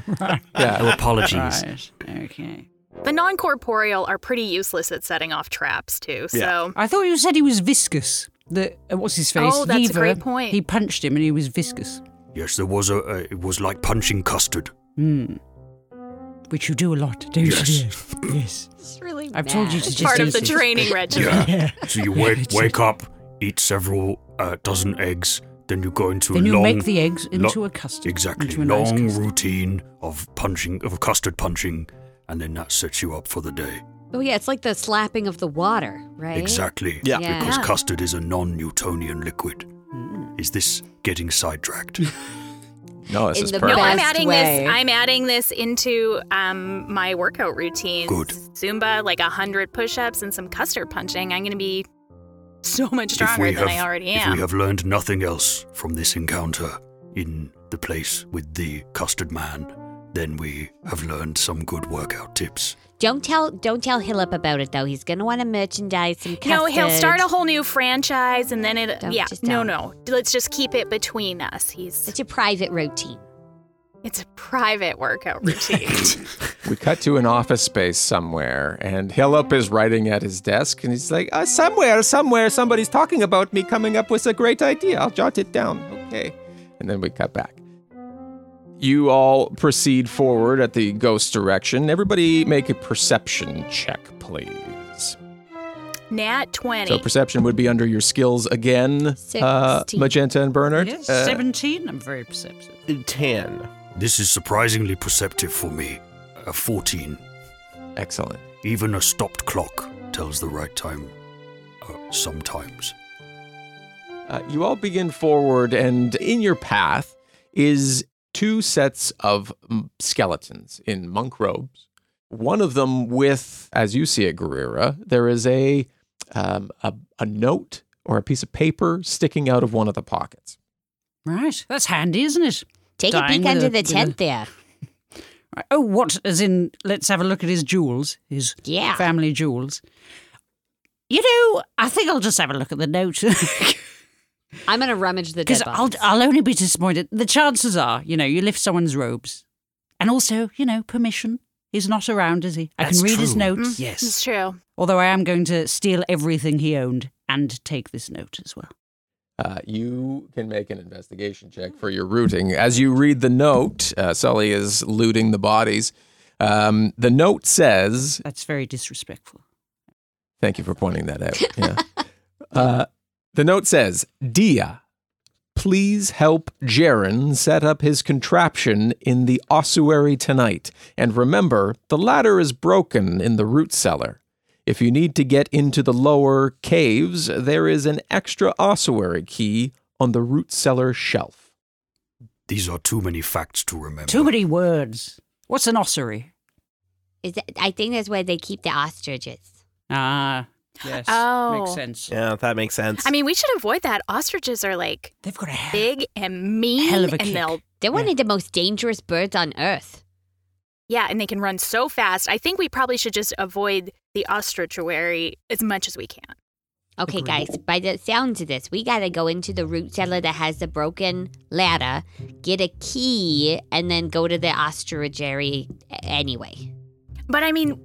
S6: Oh, apologies.
S5: right. Okay.
S7: the non corporeal are pretty useless at setting off traps, too. So
S5: I thought you said he was viscous. The uh, what's his face?
S7: Oh, that's a
S5: Yever,
S7: great point.
S5: He punched him, and he was viscous,
S8: Yes, there was a. Uh, it was like punching custard.
S5: Hmm. which you do a lot, don't
S8: Yes.
S5: you? dear? yes.
S9: It's really
S5: I've told you to just
S7: part
S5: do
S7: of the
S5: this.
S7: training regimen.
S8: Yeah. so you wake wake up, eat several uh, dozen eggs, then you go into
S5: Then
S8: a
S5: you
S8: long.
S5: make the eggs
S8: lo-
S5: into a custard.
S8: Exactly.
S5: into a nice
S8: long
S5: custard.
S8: routine of punching of custard punching, and then that sets you up for the day.
S9: Oh, yeah, it's like the slapping of the water, right?
S8: Exactly.
S4: Yeah.
S9: Yeah.
S8: Because custard is a non-Newtonian liquid.
S5: Hmm.
S8: Is this getting sidetracked?
S1: No, this
S9: In
S1: is
S9: the
S1: perfect.
S7: No, I'm
S9: Best
S7: adding
S9: way.
S7: this. I'm adding this into um, my workout routine.
S8: Good.
S7: Zumba, like hundred push-ups and some custard punching. I'm going to be so much stronger than I already
S8: if
S7: am.
S8: we have learned nothing else from this encounter in the place with the custard man, then we have learned some good workout tips.
S9: Don't tell don't tell Hillip about it though. He's gonna want to merchandise some custard.
S7: No, he'll start a whole new franchise and then it.
S9: Don't,
S7: yeah,
S9: just
S7: no,
S9: don't.
S7: no. Let's just keep it between us. He's.
S9: It's a private routine.
S7: It's a private workout routine.
S1: We cut to an office space somewhere, and Hillip is writing at his desk, and he's like, uh, "Somewhere, somewhere, somebody's talking about me coming up with a great idea. I'll jot it down, okay?" And then we cut back. You all proceed forward at the ghost direction. Everybody, make a perception check, please.
S7: Nat twenty.
S1: So perception would be under your skills again, uh,
S9: Sixteen.
S1: Magenta and Bernard.
S5: Yes,
S1: Uh,
S5: seventeen. I'm very perceptive.
S4: Ten.
S8: This is surprisingly perceptive for me. A 14.
S1: excellent.
S8: Even a stopped clock tells the right time. Uh, sometimes.
S1: Uh, you all begin forward, and in your path, is two sets of mm, skeletons in monk robes. One of them with, as you see it, Guerrera, there is a, um, a, a note or a piece of paper sticking out of one of the pockets.
S5: Right. That's handy, isn't it?
S3: Take
S5: Dying
S3: a peek
S5: with
S3: under
S5: a-
S3: the
S5: with a-
S3: tent there.
S5: Right. Oh, what? As in, let's have a look at his jewels, his
S3: Yeah.
S5: family jewels. You know, I think I'll just have a look at the note.
S9: I'm gonna rummage the dead
S5: Because I'll,
S9: bodies.
S5: I'll only be disappointed. The chances are, you know, you lift someone's robes. And also, you know, permission. He's not around, is he? I
S6: That's
S5: can read his
S6: true. Mm.
S5: notes.
S7: It's
S6: Yes.
S7: true.
S5: Although I am going to steal everything he owned and take this note as well.
S1: Uh, you can make an investigation check for your rooting. As you read the note, uh, Sully is looting the bodies. Um, the note says,
S5: That's very disrespectful.
S1: Thank you for pointing that out. Yeah. uh, the note says, Dia, please help Jaren set up his contraption in the ossuary tonight. And remember, the ladder is broken in the root cellar. If you need to get into the lower caves, there is an extra ossuary key on the root cellar shelf.
S8: These are too many facts to remember.
S5: Too many words. What's an ossuary?
S9: Is that, I think that's where they keep the ostriches.
S5: Ah, yes.
S7: Oh.
S5: Makes sense.
S4: Yeah, that makes sense.
S7: I mean, we should avoid that. Ostriches are like
S5: They've got a head.
S7: big and mean,
S5: Hell of a
S7: and
S5: kick.
S7: they'll
S9: They're one
S5: Yeah.
S9: of the most dangerous birds on earth.
S7: yeah, and they can run so fast. I think we probably should just avoid the ostrichuary as much as we can.
S9: Okay, guys, by the sounds of this, we gotta go into the root cellar that has the broken ladder, get a key, and then go to the ostrichery a- anyway.
S7: But I mean,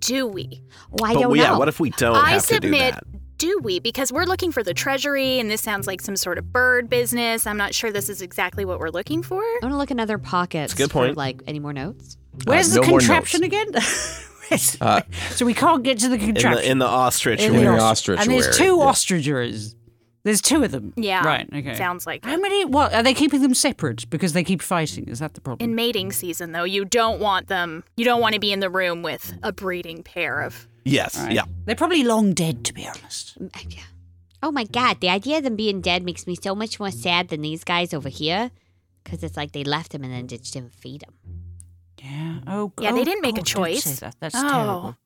S7: do we?
S9: Oh, I
S4: but
S9: don't
S4: we-
S9: know.
S4: yeah, what if we don't
S7: I
S4: have to do
S7: submit.
S4: that?
S7: Do we? Because we're looking for the treasury, and this sounds like some sort of bird business. I'm not sure this is exactly what we're looking for.
S9: I'm gonna look in other pockets.
S4: That's a good
S9: for,
S4: point.
S9: like any more notes?
S5: Where's the
S1: no more
S5: contraption
S1: notes.
S5: again? Where's-
S1: Uh,
S5: so we can't get to the
S4: In
S5: contraption.
S4: the, in the ostrich.
S1: In the
S4: way.
S1: os- ostrich
S5: And there's
S1: wary,
S5: two
S1: yeah.
S5: ostriches. There's two of them.
S7: Yeah.
S5: Right, okay.
S7: Sounds like
S5: How
S7: it.
S5: many? What are they keeping them separate because they keep fighting? Is that the problem?
S7: in mating season, though, you don't want them. You don't want to be in the room with a breeding pair of.
S4: yes. Yeah.
S5: They're probably long dead, to be honest.
S9: Mm, yeah. Oh my god, the idea of them being dead makes me so much more sad than these guys over here, because it's like they left them and then just didn't feed them.
S5: Yeah. Oh.
S7: Yeah, they
S5: oh,
S7: didn't make a
S5: God, don't say
S7: choice.
S5: that. That's
S7: Oh.
S5: terrible.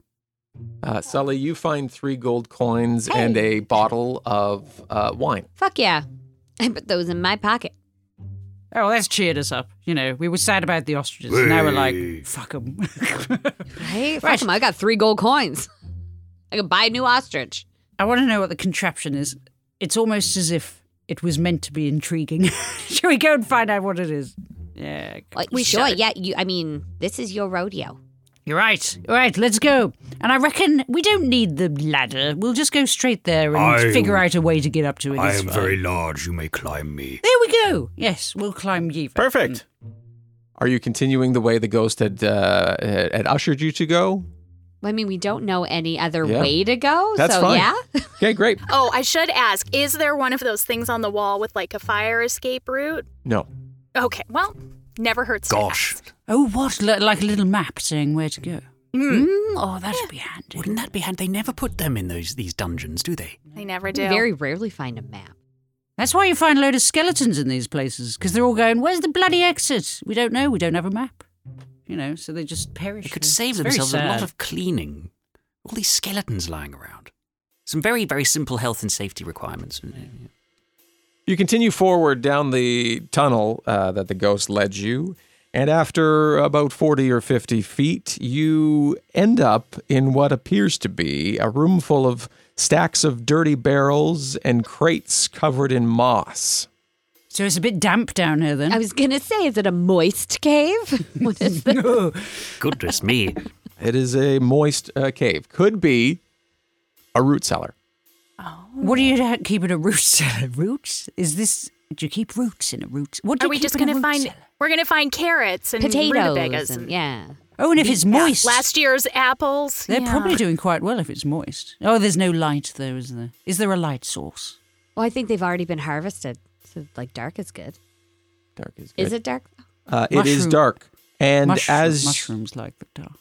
S1: Uh, Sully, you find three gold coins and a bottle of uh, wine.
S9: Fuck yeah, I put those in my pocket.
S5: Oh, well, that's cheered us up. You know, we were sad about the ostriches. and Now we're
S8: Hey.
S5: like, fuck them.
S9: Right? Fuck
S5: Right.
S9: 'em, I got three gold coins. I could buy a new ostrich.
S5: I want to know what the contraption is. It's almost as if it was meant to be intriguing. Shall we go and find out what it is? Yeah.
S9: Like, sure, yeah. You, I mean, this is your rodeo.
S5: You're right. All right, let's go. And I reckon we don't need the ladder. We'll just go straight there and
S8: I-
S5: figure out a way to get up to it.
S8: I
S5: It's
S8: am
S5: fine.
S8: very large. You may climb me.
S5: There we go. Yes, we'll climb Yeva.
S4: Perfect.
S1: Are you continuing the way the ghost had uh, had had ushered you to go?
S9: I mean, we don't know any other
S1: Yeah.
S9: way to go.
S1: That's
S9: Oh, so,
S1: fine.
S9: yeah.
S1: Okay, great.
S7: Oh, I should ask: Is there one of those things on the wall with like a fire escape route?
S1: No.
S7: Okay, well, never hurts. to
S8: Gosh.
S7: ask.
S5: Oh, what? Li- like a little map saying where to go.
S7: Hmm.
S5: Mm. oh, that'd be handy.
S6: Hmm. Wouldn't that be hand? They never put them in those these dungeons, do they?
S7: I never
S9: We
S7: do.
S9: very rarely find a map.
S5: That's why you find a load of skeletons in these places because they're all going, "Where's the bloody exit? We don't know. We don't have a map." You know, so they just perish.
S6: They could
S5: It's
S6: save
S5: very
S6: themselves a lot
S5: sad.
S6: of cleaning. All these skeletons lying around. Some very, very simple health and safety requirements.
S1: You continue forward down the tunnel uh, that the ghost led you, and after about 40 or 50 feet, you end up in what appears to be a room full of stacks of dirty barrels and crates covered in moss.
S5: So it's a bit damp down here then.
S9: I was going to say, is it a moist cave? what is this?
S6: Goodness me.
S1: It is a moist uh, cave. Could be a root cellar.
S5: What do you ha- keep in a root cellar? Roots? Is this? Do you keep roots in a root? What do
S7: Are
S5: you
S7: we
S5: keep
S7: just
S5: in a
S7: gonna
S5: root
S7: find?
S5: cellar?
S7: We're gonna find carrots and
S9: Potatoes.
S7: rutabagas
S9: And, yeah.
S5: Oh, and if it's
S7: Yeah,
S5: moist,
S7: Last year's apples.
S5: they're
S7: yeah.
S5: probably doing quite well if it's moist. Oh, there's no light though, is there? Is there a light source?
S9: Well, I think they've already been harvested. So, like, dark is good.
S1: Dark is good.
S9: Is it dark?
S1: Uh, it is
S5: Mushroom.
S1: dark. And
S5: Mushroom-
S1: as
S5: mushrooms like the dark.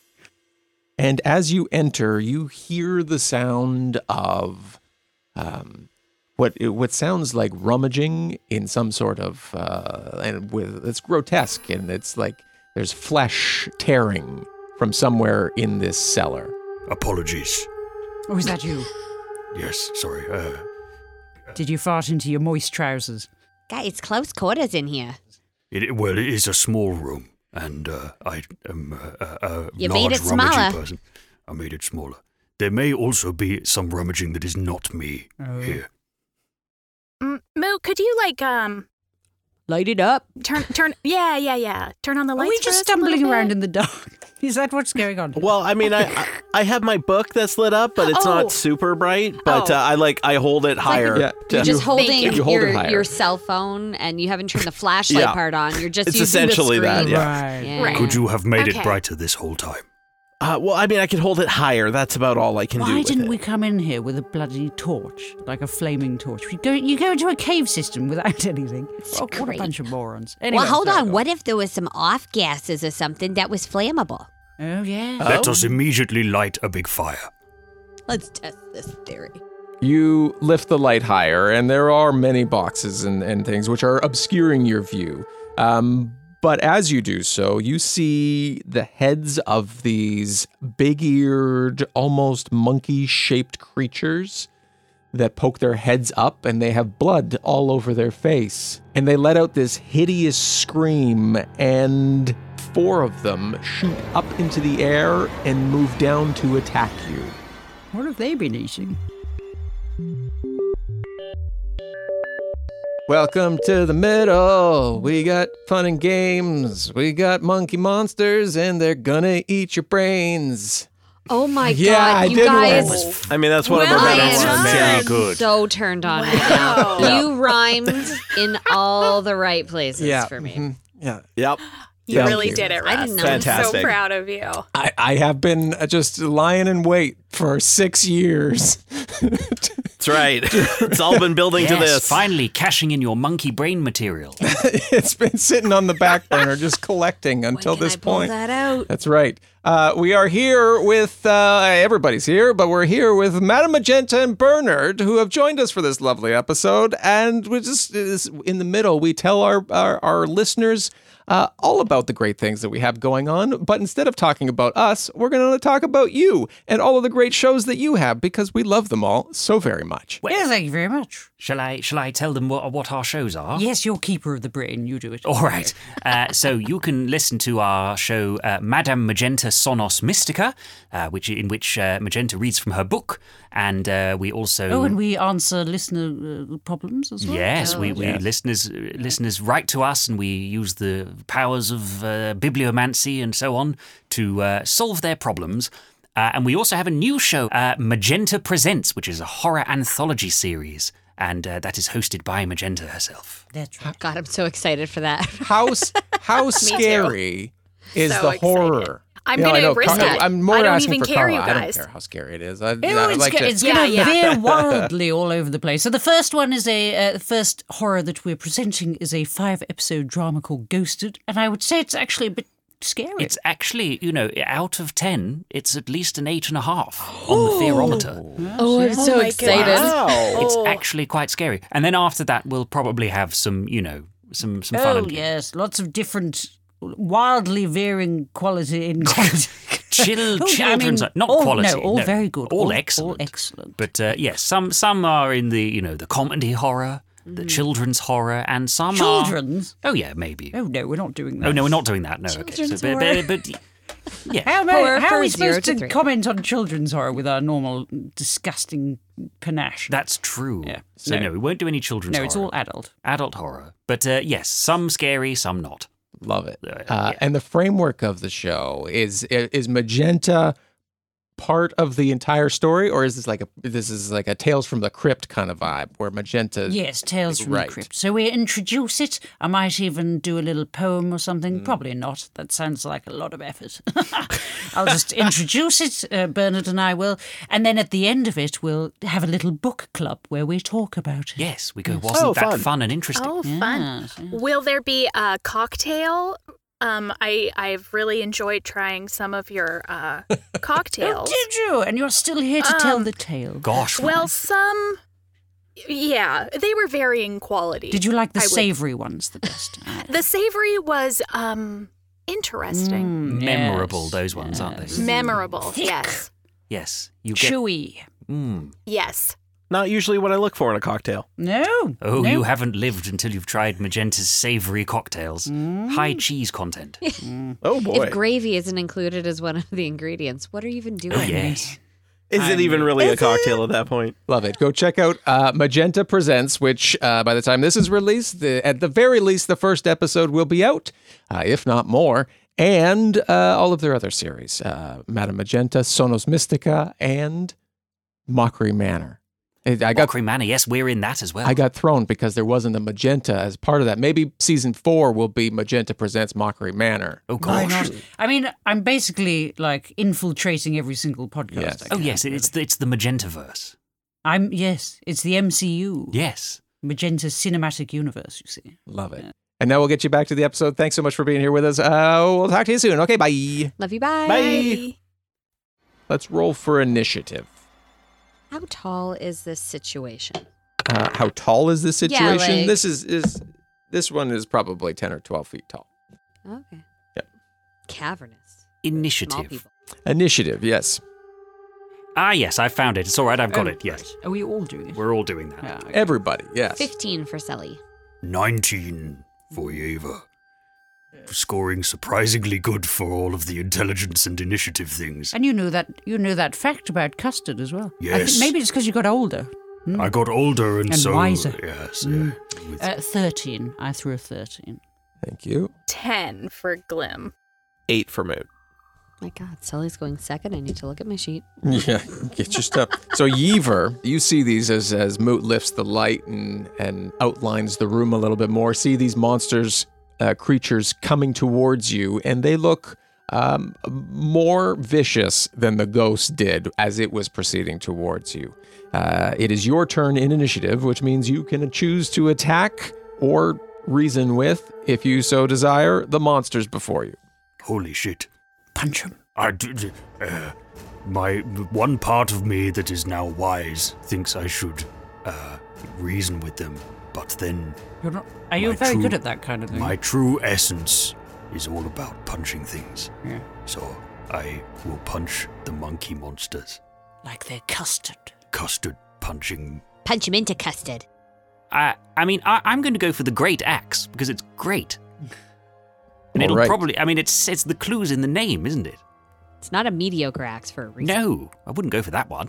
S1: And as you enter, you hear the sound of um, what what sounds like rummaging in some sort of uh, and with it's grotesque and it's like there's flesh tearing from somewhere in this cellar.
S8: Apologies.
S5: Or is that you?
S8: Yes, sorry. Uh,
S5: Did you fart into your moist trousers?
S9: God, it's close quarters in here.
S8: it, well, it is a small room, and uh, I am uh, a, a
S9: You
S8: large
S9: made it
S8: rummaging
S9: smaller.
S8: person. I made it smaller. There may also be some rummaging that is not me here.
S7: M- Moo, could you like um
S5: Light it up.
S7: turn turn? Yeah, yeah, yeah. Turn on the lights.
S5: Are we
S7: for
S5: just
S7: us a little
S5: stumbling around
S7: bit?
S5: in the dark? Is that what's going on?
S4: Well, I mean, I I- I have my book that's lit up, but it's
S7: Oh.
S4: not super bright. But
S7: Oh.
S4: uh, I like I hold it higher.
S1: Yeah,
S4: to-
S9: You're just holding
S1: you hold it
S9: your,
S1: higher.
S9: your cell phone and you haven't turned the flashlight
S4: Yeah.
S9: part on. You're just
S4: It's
S9: using
S4: essentially
S9: the
S4: that,
S9: screen.
S4: yeah.
S5: Right.
S9: Yeah.
S7: Right.
S8: Could you have made
S7: Okay.
S8: it brighter this whole time?
S4: uh, well, I mean, I can hold it higher. That's about all I can do.
S5: Why
S4: with
S5: didn't
S4: it.
S5: we come in here with a bloody torch, like a flaming torch? You go, you go into a cave system without anything. Oh, what a
S9: great.
S5: bunch of morons! Anyway,
S9: well, hold
S5: sorry,
S9: on.
S5: go
S9: What if there was some off gases or something that was flammable?
S5: Oh yeah.
S8: Let us immediately light a big fire.
S9: Let's test this theory.
S1: You lift the light higher, and there are many boxes and, and things which are obscuring your view. Um, but as you do so, you see the heads of these big eared, almost monkey shaped creatures that poke their heads up, and they have blood all over their face. And they let out this hideous scream, and four of them shoot up into the air and move down to attack you.
S5: What have they been eating?
S1: Welcome to the middle. We got fun and games. We got monkey monsters, and they're gonna eat your brains.
S9: Oh my
S1: Yeah,
S9: god,
S1: I
S9: you
S1: did
S9: guys.
S1: roll.
S4: I mean, that's one of
S7: Well
S4: our
S9: I
S4: better
S7: done.
S4: ones.
S9: am
S4: Yeah.
S8: Very good.
S9: so turned on right now. You rhymed in all the right places for me.
S1: mhm, Yeah.
S4: Yep.
S7: You
S1: Thank
S7: really
S1: you.
S7: did it, Russ.
S9: I didn't know.
S7: I'm so
S4: Fantastic.
S7: proud of you.
S1: I, I have been uh, just lying in wait for six years.
S4: That's right. it's all been building
S6: yes,
S4: to this.
S6: finally cashing in your monkey brain material.
S1: it's been sitting on the back burner, just collecting until
S9: Can
S1: this
S9: I pull
S1: point.
S9: that out?
S1: That's right. Uh, we are here with uh, everybody's here, but we're here with Madame Magenta and Bernard, who have joined us for this lovely episode. And we're just is- in the middle. We tell our our, our listeners uh, all about the great things that we have going on. But instead of talking about us, we're going to talk about you and all of the great shows that you have because we love them all so very much.
S5: Yeah, thank you very much.
S6: Shall I? Shall I tell them what, what our shows are?
S5: Yes, you're keeper of the brain. You do it.
S6: All right. Uh, so you can listen to our show, uh, Madame Magenta Sonos Mystica, uh, which in which uh, Magenta reads from her book, and uh, we also.
S5: Oh, and we answer listener uh, problems as well. Oh,
S6: Yes, we, we listeners uh, listeners write to us, and we use the powers of uh, bibliomancy and so on to uh, solve their problems. Uh, and we also have a new show, uh, Magenta Presents, which is a horror anthology series, and uh, that is hosted by Magenta herself.
S5: That's right.
S9: God, I'm so excited for that.
S1: How s- how scary is
S7: So
S1: the
S7: excited.
S1: horror?
S7: I'm
S1: You know, I
S7: gonna
S1: know
S7: risk
S1: Car-
S7: it.
S1: I'm more
S7: I don't
S1: asking
S7: even
S1: for
S7: care,
S1: Carla.
S7: you
S1: I don't
S7: guys.
S1: care how scary it is. I,
S5: Ew,
S1: I
S5: Oh, it's
S1: like
S5: go-
S1: to-
S5: it's going to
S7: Yeah, yeah.
S5: veer wildly all over the place. So the first one is a uh, the first horror that we're presenting is a five episode drama called Ghosted, and I would say it's actually a bit scary.
S6: It's actually, you know, out of 10, it's at least an eight and a half on the therometer.
S9: oh, I'm so excited.
S6: It's actually quite scary. And then after that, we'll probably have some, you know, some, some fun
S5: oh
S6: and
S5: yes, lots of different, wildly varying quality in quality.
S6: chill,
S5: Oh, I
S6: children's,
S5: mean,
S6: not
S5: all-
S6: quality.
S5: No, all very good.
S6: All,
S5: all
S6: excellent.
S5: All excellent.
S6: But uh, yes, some some are in the, you know, the comedy horror, the children's horror, and some are-
S5: Mm. Children's.
S6: Oh, yeah, maybe.
S5: Oh no, we're not doing that.
S6: Oh, no, we're not doing that. No, okay.
S9: Children's
S6: So,
S9: horror.
S6: but, but, but yeah.
S5: How, am I-
S9: Horror
S5: how are we
S9: from zero
S5: supposed
S9: to
S5: to,
S9: three.
S5: comment on children's horror with our normal disgusting panache?
S6: That's true.
S5: Yeah.
S6: So
S5: No.
S6: no. we won't do any children's
S5: no,
S6: horror.
S5: it's all adult.
S6: adult horror. But uh, yes, some scary, some not.
S1: Love it. Uh,
S6: yeah.
S1: And the framework of the show is is magenta part of the entire story, or is this like a this is like a Tales from the Crypt kind of vibe where magenta?
S5: Yes, Tales from
S1: Right.
S5: the Crypt. So we introduce it. I might even do a little poem or something.
S6: Mm.
S5: Probably not. That sounds like a lot of effort. I'll just introduce it, uh, Bernard and I will. And then at the end of it, we'll have a little book club where we talk about it.
S6: Yes, we go. Wasn't
S4: Oh,
S6: that
S4: fun.
S6: fun. and interesting?
S7: Oh, fun!
S5: Yes, yes.
S7: Will there be a cocktail? Um, I I've really enjoyed trying some of your uh,
S5: Oh,
S7: cocktails.
S5: Did you? And you're still here to tell
S7: Um,
S5: the tale.
S6: Gosh,
S7: well, some yeah, they were varying quality.
S5: Did you like the
S7: I would-
S5: savory ones the best? Ah,
S7: The savory was um interesting,
S6: Hmm,
S5: mm,
S6: Memorable,
S5: yes,
S6: those ones, aren't
S5: yes.
S6: they?
S7: memorable. Yes,
S6: Yes, you get.
S5: Chewy.
S6: Mm.
S7: yes.
S4: Hmm. Not usually what I look for in a cocktail.
S5: No.
S6: Oh,
S5: no.
S6: you haven't lived until you've tried Magenta's savory cocktails.
S5: Mm.
S6: High cheese content.
S4: Oh boy.
S9: Mm. If gravy isn't included as one of the ingredients, what are you even doing?
S6: Oh, yes.
S4: Is it even really a cocktail at that point?
S1: Love it. Go check out uh, Magenta Presents, which uh, by the time this is released, the, at the very least, the first episode will be out, uh, if not more, and uh, all of their other series uh, Madame Magenta, Sonos Mystica, and Mockery Manor. It- I got
S6: Mockery Manor, yes, we're in that as well.
S1: I got thrown because there wasn't a Magenta as part of that. Maybe season four will be Magenta Presents Mockery Manor.
S6: oh,
S5: Why
S6: gosh.
S5: not? I mean, I'm basically like infiltrating every single podcast.
S1: Yes.
S5: I
S6: Oh,
S5: can,
S6: yes, it's the, it's the Magentaverse.
S5: really. I'm yes, it's the MCU,
S6: Yes.
S5: Magenta Cinematic Universe. You see.
S1: Love it. And now we'll get you back to the episode. Thanks so much for being here with us. Uh, we'll talk to you soon. Okay, bye.
S9: Love you, bye.
S4: Bye.
S1: Let's roll for initiative.
S9: How tall is this situation?
S1: Uh, how tall is this
S9: Yeah,
S1: situation?
S9: like-
S1: This is is this one is probably ten or twelve feet tall.
S9: Okay.
S1: Yep.
S9: Cavernous. Small
S6: Initiative.
S9: people.
S1: Initiative, yes.
S6: Ah, yes, I found it. It's all right, I've got it. Yes.
S5: Oh, Are we all doing it?
S6: We're all doing that.
S5: Ah, okay.
S1: Everybody, yes.
S9: 15 for Sully.
S8: 19 for Yeva. Scoring surprisingly good for all of the intelligence and initiative things.
S5: And you knew that you knew that fact about custard as well. I think
S8: Yes.
S5: maybe it's because you got older. Hmm?
S8: I got older and,
S5: And
S8: so
S5: wiser.
S8: yes,
S5: Mm.
S8: yeah, with-
S5: Uh, thirteen. I threw a thirteen.
S1: Thank you.
S7: Ten for Glim.
S4: Eight for mood.
S9: My God, Sully's going second. I need to look at my sheet.
S1: Yeah, get your stuff. So Yeaver, you see these as as Moot lifts the light and and outlines the room a little bit more. See these monsters, uh, creatures coming towards you, and they look um, more vicious than the ghost did as it was proceeding towards you. Uh, it is your turn in initiative, which means you can choose to attack or reason with, if you so desire, the monsters before you.
S8: holy shit.
S5: Punch him.
S8: I d- d- uh, my one part of me that is now wise thinks I should uh, reason with them, but then
S5: You're not, are you
S8: My
S5: very
S8: true-
S5: good at that kind of thing?
S8: my true essence is all about punching things.
S5: Yeah.
S8: So I will punch the monkey monsters.
S5: Like they're custard.
S8: Custard punching.
S9: Punch him into custard.
S6: I, I mean, I, I'm going to go for the Great Axe because it's great. And it'll
S1: All right.
S6: probably, I mean, it's, it's the clues in the name, isn't it?
S9: It's not a mediocre axe for a reason.
S6: No, I wouldn't go for that one.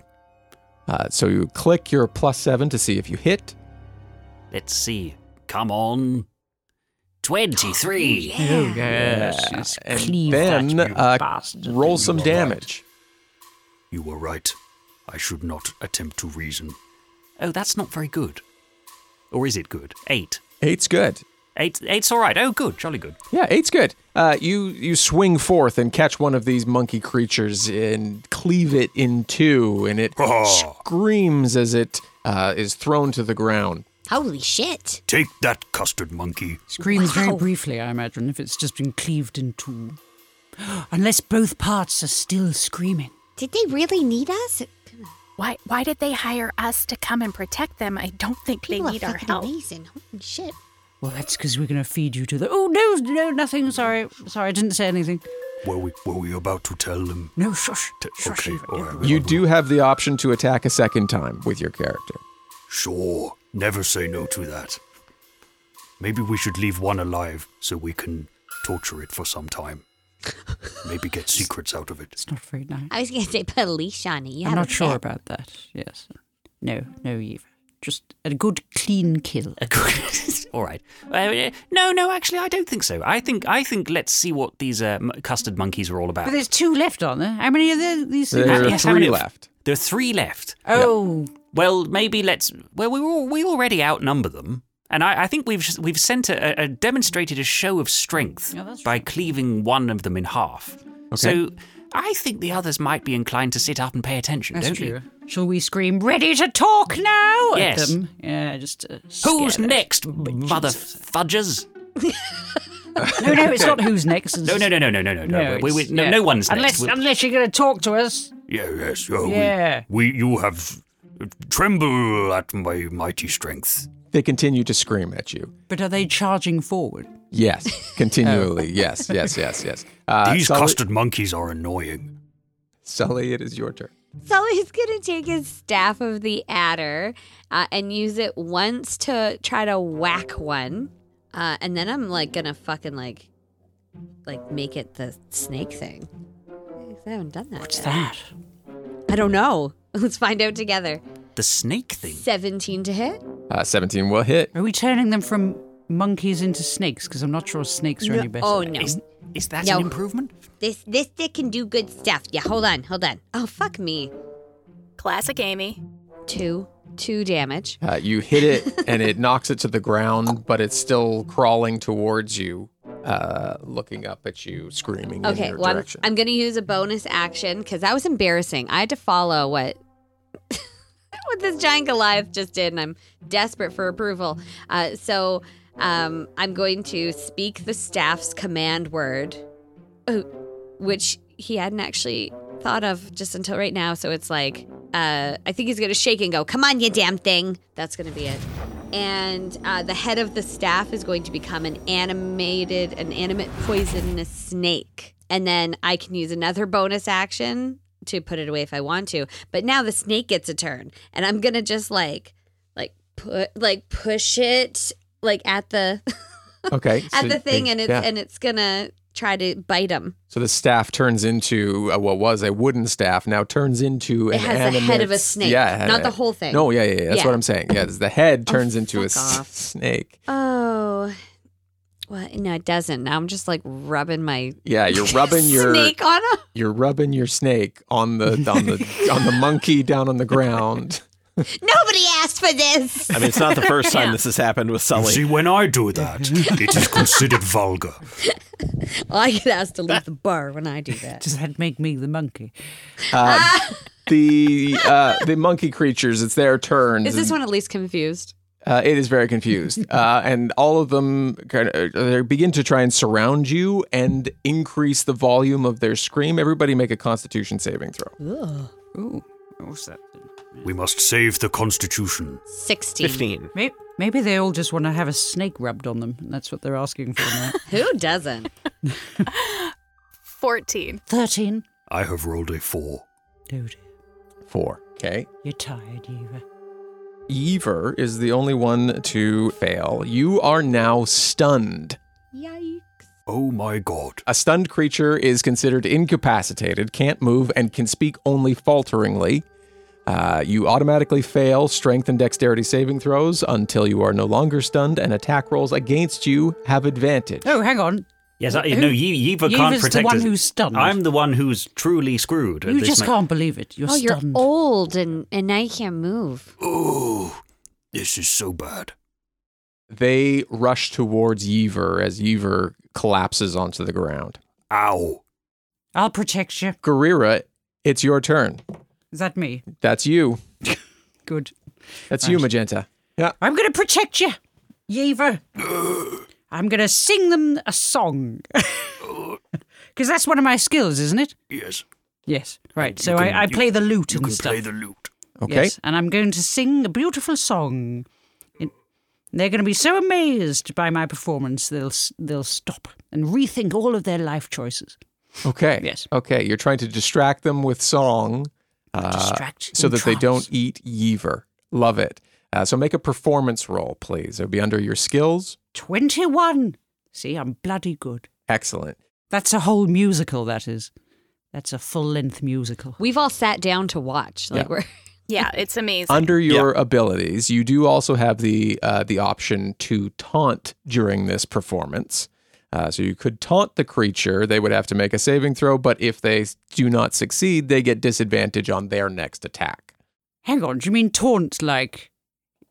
S1: Uh, so you click your plus seven to see if you hit.
S6: Let's see. Come on. 23.
S5: Oh, yes.
S1: Yeah.
S5: yes.
S1: And
S5: Cleave
S1: then
S5: that, you
S1: uh,
S5: bastard.
S1: roll some
S8: You are right.
S1: damage.
S8: You were right. I should not attempt to reason.
S6: Oh, that's not very good. Or is it good? Eight.
S1: Eight's good.
S6: Eight, eight's all right. Oh, good, jolly good.
S1: Yeah, eight's good. Uh, you you swing forth and catch one of these monkey creatures and cleave it in two, and it
S8: Oh.
S1: screams as it uh, is thrown to the ground.
S9: Holy shit.
S8: Take that, custard monkey.
S5: Screams very
S9: Wow.
S5: briefly, I imagine, if it's just been cleaved in two. Unless both parts are still screaming.
S9: Did they really need us?
S7: Why? Why did they hire us to come and protect them? I don't think
S9: People
S7: they need
S9: are
S7: our
S9: fucking
S7: help.
S9: amazing. Holy shit.
S5: Well, that's because we're going to feed you to the. Oh, no, no, nothing. Sorry. Sorry, I didn't say anything.
S8: Were we, were we about to tell them?
S5: No, shush.
S8: T-
S5: Shush.
S8: okay,
S5: Eva,
S8: all
S5: Eva.
S8: right.
S1: You do have the option to attack a second time with your character.
S8: Sure. Never say no to that. Maybe we should leave one alive so we can torture it for some time. Maybe get secrets out of it.
S5: It's not very nice.
S9: I was going to say, put a leash on it. You
S5: I'm
S9: have a
S5: not sure
S9: pet.
S5: about that. Yes. No, no, Eva. Just a good, clean kill.
S6: A good- all right. Uh, no, no, actually, I don't think so. I think, I think let's see what these uh, m- custard monkeys are all about.
S5: But there's two left, aren't there? How many are there? These
S1: There
S5: things?
S1: are
S6: yes, how
S1: three
S6: many-
S1: left.
S6: There are three left.
S5: Oh,
S6: Well, maybe let's. Well, we were, we already outnumber them, and I, I think we've we've sent a, a- a demonstrated a show of strength
S5: Yeah, that's
S6: by cleaving one of them in half. So I think the others might be inclined to sit up and pay attention,
S5: that's
S6: don't
S5: true.
S6: you?
S5: Shall we scream, ready to talk now?
S6: Yes.
S5: At them? Yeah, just. Uh,
S6: Who's
S5: scare them.
S6: next, mother fudgers?
S5: No, no, it's not who's next. It's
S6: No, no, no, no, no, no, no, no. We, we,
S5: it's-
S6: no,
S5: yeah.
S6: no one's next.
S5: Unless,
S6: We-
S5: unless you're going to talk to us.
S8: Yeah, yes. Oh, we-
S5: Yeah.
S8: We, you have Tremble at my mighty strength.
S1: They continue to scream at you.
S5: But are they charging forward?
S1: Yes, continually.
S9: Oh.
S1: Yes, yes, yes, yes. Uh,
S8: These
S1: Sully,
S8: custard monkeys are annoying.
S1: Sully, it is your turn.
S9: Sully's gonna take his staff of the adder uh, and use it once to try to whack one, uh, and then I'm like gonna fucking like, like make it the snake thing. 'Cause I haven't done that.
S5: What's
S9: yet.
S5: that?
S9: I don't know. Let's find out together.
S6: The snake thing.
S9: Seventeen to hit.
S1: Uh, 17 will hit.
S5: Are we turning them from monkeys into snakes? Because I'm not sure snakes are any better.
S9: Oh no.
S6: Is, is that
S9: No.
S6: an improvement?
S9: This this stick can do good stuff. Yeah, hold on, hold on. Oh fuck me.
S7: Classic Amy.
S9: Two, two damage.
S1: Uh, you hit it and it knocks it to the ground, but it's still crawling towards you, uh, looking up at you, screaming in
S9: Okay,
S1: your
S9: well, I'm,
S1: direction.
S9: I'm gonna use a bonus action because that was embarrassing. I had to follow what what this giant Goliath just did, and I'm desperate for approval. Uh, so um, I'm going to speak the staff's command word, uh, which he hadn't actually thought of just until right now. So it's like uh, I think he's gonna shake and go, "Come on, you damn thing!" That's gonna be it. And uh, the head of the staff is going to become an animated, an animate poisonous snake. And then I can use another bonus action to put it away if I want to. But now the snake gets a turn, and I'm gonna just like, like put, like push it, like at the
S1: okay.
S9: at
S1: so
S9: the
S1: you-
S9: thing, and it's
S1: yeah.
S9: and it's gonna try to bite him.
S1: So the staff turns into uh, what was a wooden staff now turns into
S9: It
S1: an
S9: has the head of a
S1: animate-
S9: snake,
S1: Yeah,
S9: not the whole thing.
S1: No, yeah, yeah, yeah. That's
S9: Yeah. Oh,
S1: what I'm saying. Yeah, it's the head turns into a
S9: fuck
S1: s-
S9: off.
S1: snake.
S9: Oh, well, no, it doesn't. Now I'm just like rubbing my
S1: Yeah, you're rubbing your
S9: snake on him.
S1: you're rubbing your snake on the on the on the monkey down on the ground.
S9: Nobody asked for this.
S4: I mean, it's not the first time this has happened with
S8: You
S4: Sully.
S8: see, when I do that, it is considered vulgar.
S9: I get asked to leave the bar when I do that.
S5: Does that make me the monkey?
S1: Um, the uh, the monkey creatures, it's their turn.
S9: Is this one at least confused?
S1: Uh, it is very confused, uh, and all of them kind of uh, they begin to try and surround you and increase the volume of their scream. Everybody make a Constitution saving throw.
S5: Ooh, what's that?
S8: We must save the Constitution.
S9: 16.
S4: 15.
S5: Maybe, maybe they all just want to have a snake rubbed on them, and that's what they're asking for now.
S9: Who doesn't?
S7: 14.
S5: 13.
S8: I have rolled a four.
S5: Dude,
S1: Four. Okay.
S5: you're tired, Eva.
S1: Ever is the only one to fail. You are now stunned.
S9: Yikes.
S8: Oh my god.
S1: A stunned creature is considered incapacitated, can't move, and can speak only falteringly. Uh, you automatically fail strength and dexterity saving throws until you are no longer stunned, and attack rolls against you have advantage.
S5: Oh, hang on.
S6: Yes, I, no, Ye- Yeva
S5: Yeva's
S6: can't
S5: the
S6: protect
S5: one
S6: us.
S5: who's stunned.
S6: I'm the one who's truly screwed. at
S5: You
S6: this
S5: just
S6: ma-
S5: can't believe it. You're
S9: oh, you're
S5: stunned.
S9: old and, and now you can't move.
S8: Oh, this is so bad.
S1: They rush towards Yever as Yever collapses onto the ground.
S8: Ow.
S5: I'll protect you.
S1: Guerrera, it's your turn.
S5: Is that me?
S1: That's you.
S5: Good.
S1: That's you, Magenta. Yeah.
S5: I'm going to protect you, Yeva. I'm going to sing them a song. Because that's one of my skills, isn't it?
S8: Yes.
S5: Yes. Right.
S8: You
S5: So
S8: can-
S5: I, I
S8: you-
S5: play the lute
S8: You
S5: and
S8: can
S5: stuff.
S8: play the lute.
S1: Okay.
S5: Yes, and I'm going to sing a beautiful song. And they're going to be so amazed by my performance, they'll s- they'll stop and rethink all of their life choices.
S1: Okay.
S5: Yes.
S1: Okay. You're trying to distract them with song uh,
S5: Distract
S1: so
S5: in
S1: that they
S5: trance.
S1: don't eat Yever. Love it. Uh, so make a performance roll, please. It'll be under your skills.
S5: Twenty-one. See, I'm bloody good.
S1: Excellent.
S5: That's a whole musical. That is. That's a full-length musical.
S9: We've all sat down to watch. Like
S1: Yeah.
S9: we're
S7: Yeah, it's amazing.
S1: Under your abilities, you do also have the uh, the option to taunt during this performance. Uh, so you could taunt the creature. They would have to make a saving throw, but if they do not succeed, they get disadvantage on their next attack.
S5: Hang on. Do you mean taunt like?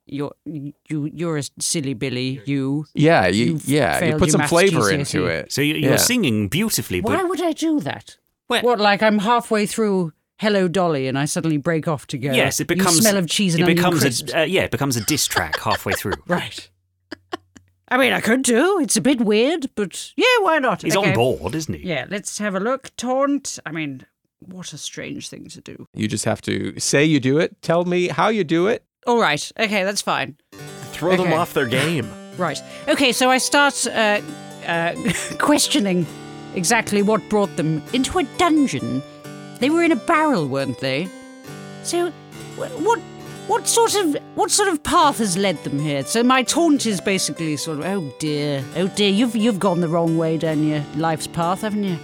S5: You're you you're a silly Billy. You.
S1: Yeah, you,
S5: You've
S1: yeah. You
S5: failed
S1: put
S5: your
S1: some
S5: maths
S1: flavor
S5: GCSE.
S1: into it.
S6: So you- you're
S1: Yeah.
S6: singing beautifully, but
S5: E. Why would I do that?
S6: Well-
S5: what like I'm halfway through Hello Dolly and I suddenly break off to go.
S6: yes, it
S5: "You
S6: becomes
S5: smell of cheese and
S6: it
S5: onion
S6: becomes
S5: crisps."
S6: a uh, yeah, it becomes a diss track halfway through.
S5: Right. I mean, I could do. It's a bit weird, but yeah, why not?
S6: He's
S5: Okay.
S6: on board, isn't he?
S5: Yeah, let's have a look. Taunt. I mean, What a strange thing to do.
S1: You just have to say you do it, tell me how you do it.
S5: All right. Okay, that's fine.
S4: Throw them
S5: Okay.
S4: off their game.
S5: Right. Okay, so I start uh, uh, questioning exactly what brought them into a dungeon. They were in a barrel, weren't they? So, wh- what, what sort of, what sort of path has led them here? So my taunt is basically sort of, oh dear, oh dear, you've you've gone the wrong way down your life's path, haven't you?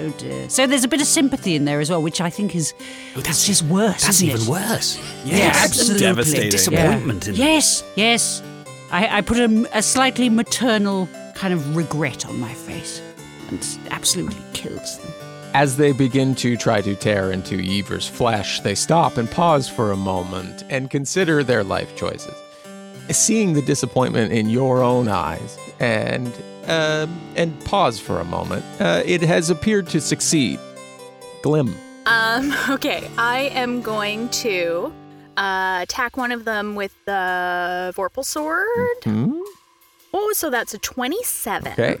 S5: Oh dear. So there's a bit of sympathy in there as well, which I think is that's just worse.
S6: That's
S5: isn't
S6: even
S5: it?
S6: worse.
S5: Yes, absolutely.
S4: devastating.
S6: Disappointment in
S5: Yes, yes. I, I put a, a slightly maternal kind of regret on my face and absolutely kills them.
S1: As they begin to try to tear into Yeaver's flesh, they stop and pause for a moment and consider their life choices. Seeing the disappointment in your own eyes and uh, and pause for a moment, uh, it has appeared to succeed. Glim.
S7: Um, okay, I am going to uh, attack one of them with the Vorpal Sword.
S1: Hmm?
S7: Oh, so that's a 27.
S1: Okay.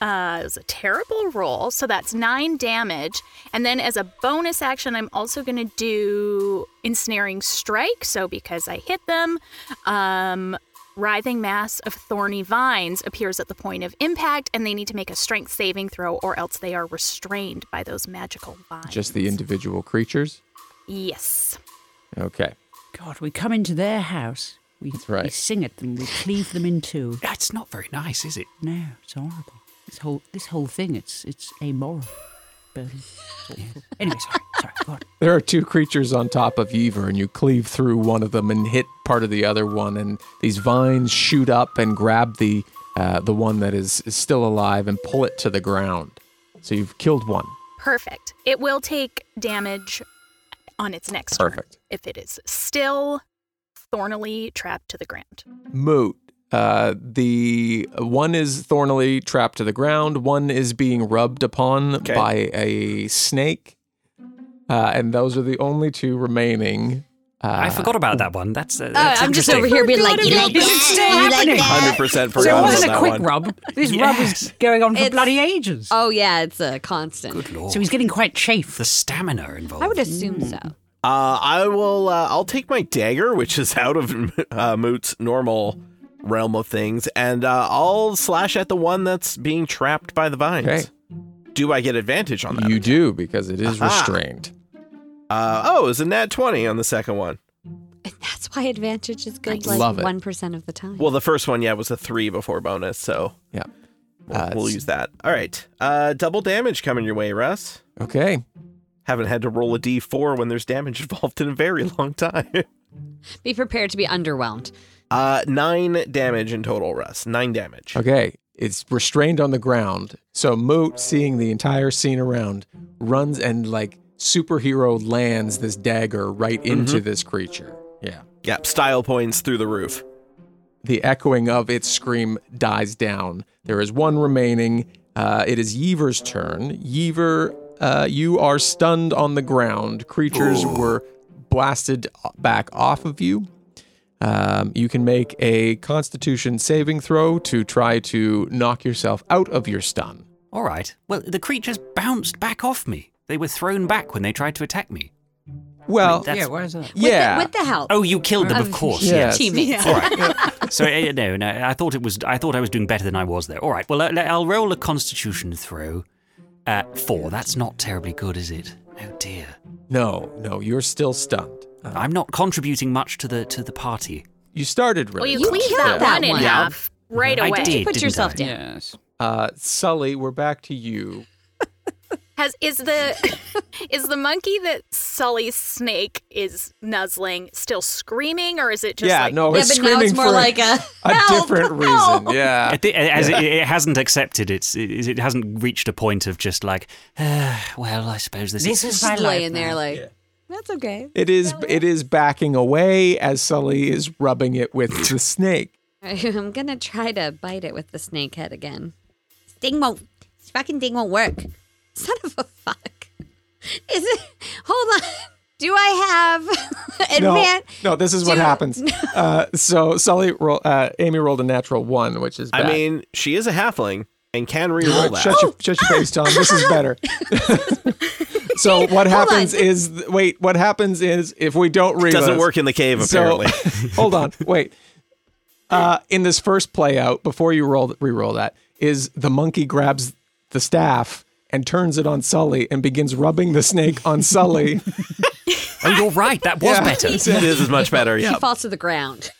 S7: Uh, it was a terrible roll, so that's nine damage. And then as a bonus action, I'm also going to do Ensnaring Strike. So because I hit them, um, Writhing Mass of Thorny Vines appears at the point of impact, and they need to make a Strength saving throw, or else they are restrained by those magical vines.
S1: Just the individual creatures.
S7: Yes.
S1: Okay.
S5: God, we come into their house. We, we
S1: right.
S5: sing at them. We cleave them in two.
S6: That's not very nice, is it?
S5: No, it's horrible. This whole this whole thing, it's it's amoral. But it's awful. anyway, sorry, sorry. Go on.
S1: There are two creatures on top of Yeaver, and you cleave through one of them and hit part of the other one, and these vines shoot up and grab the uh, the one that is, is still alive and pull it to the ground. So you've killed one.
S7: Perfect. It will take damage on its next
S1: Perfect.
S7: turn if it is still thornily trapped to the ground.
S1: Moot. Uh, the one is thornily trapped to the ground. One is being rubbed upon
S4: Okay.
S1: by a snake, uh, and those are the only two remaining. Uh,
S6: I forgot about that one. That's, uh,
S9: Oh,
S6: that's
S9: I'm just
S6: interesting.
S9: over here being like, you like
S5: Is it
S9: that?
S5: still
S9: You like
S5: happening?
S4: Hundred
S9: that?
S4: percent forgot
S5: So it
S4: about
S5: wasn't a
S4: that
S5: quick
S4: one.
S5: rub. This rub is going on for
S9: It's-
S5: bloody ages.
S9: Oh yeah, it's a constant.
S6: Good lord.
S5: so he's getting Mm. quite chafed.
S6: the stamina involved.
S9: I would assume so.
S4: Uh, I will. Uh, I'll take my dagger, which is out of uh, Moot's normal realm of things, and uh, I'll slash at the one that's being trapped by the vines.
S1: Okay.
S4: Do I get advantage on that?
S1: you do because it is
S4: Aha.
S1: restrained.
S4: Uh, oh, it's a nat twenty on the second one.
S9: And that's why advantage is good.
S1: I
S9: like
S1: love it.
S9: one percent of the time.
S4: Well, the first one, yeah, was a three before bonus, so
S1: Yeah.
S4: we'll,
S1: Uh,
S4: we'll
S1: it's-
S4: use that. All right. Uh, double damage coming your way, Russ.
S1: Okay.
S4: Haven't had to roll a d4 when there's damage involved in a very long time.
S9: be prepared to be underwhelmed.
S4: Uh, nine damage in total, Russ. Nine damage.
S1: Okay. It's restrained on the ground. So Moot, seeing the entire scene around, runs and like superhero lands this dagger right into this creature. Yeah.
S4: Yep. Style points through the roof.
S1: The echoing of its scream dies down. There is one remaining. Uh, it is Yeaver's turn. Yeaver, uh, you are stunned on the ground. Creatures were blasted back off of you. Um, you can make a Constitution saving throw to try to knock yourself out of your stun.
S6: All right. Well, the creatures bounced back off me. They were thrown back when they tried to attack me.
S1: Well,
S6: That's-
S5: yeah, why is that?
S9: With
S1: yeah.
S9: The, with the help.
S6: Oh, you killed them, of
S9: Of
S6: course.
S1: your
S6: Yes.
S9: teammates.
S6: All right. so uh, no, no. I thought it was. I thought I was doing better than I was there. All right. Well, uh, I'll roll a Constitution throw. Uh, four. That's not terribly good, is it? Oh dear.
S1: No, no, you're still stunned. Uh,
S6: I'm not contributing much to the to the party.
S1: You started
S7: Well,
S1: really
S7: you
S9: You
S1: well.
S7: cleave
S9: killed
S7: that,
S9: that
S7: one in
S9: one. Yeah.
S7: half right
S6: I
S7: away.
S6: did.
S9: Put
S6: didn't
S9: yourself
S6: I?
S9: down.
S5: Yes.
S1: Uh, Sully, we're back to you.
S7: Has is the is the monkey that Sully's snake is nuzzling still screaming, or is it just
S1: yeah,
S7: like
S1: no,
S9: Yeah,
S1: it's
S9: but now
S1: screaming
S9: it's more
S1: for
S9: like a,
S1: a
S9: help,
S1: different
S9: help.
S1: reason. Yeah.
S6: I thi- as it, it hasn't accepted its, it, it hasn't reached a point of just like, "Ah, well, I suppose this,
S5: This is
S9: Just
S5: my life
S9: laying
S5: now.
S9: there like that's okay.
S1: It is it is backing away as Sully is rubbing it with the snake.
S9: I'm gonna try to bite it with the snake head again. This thing won't. This fucking thing won't work. Son of a fuck. Is it? Hold on. Do I have advan-
S1: no, no, this is what
S9: Dude.
S1: happens. Uh, so Sully, roll, uh, Amy rolled a natural one, which is. Bad.
S4: I mean, she
S9: Oh.
S4: is a halfling and can reroll that.
S1: shut your shut your face, Tom. This is better. So
S9: Hold
S1: what happens
S9: on.
S1: is th- wait, what happens is if we don't read
S4: Doesn't work in the cave apparently.
S1: So, hold on, wait. Uh, in this first play out, before you roll re-roll that, is the monkey grabs the staff and turns it on Sully and begins rubbing the snake on Sully.
S6: Oh, you're right. That was better.
S4: this is much better.
S9: He
S4: Yeah.
S9: falls to the ground.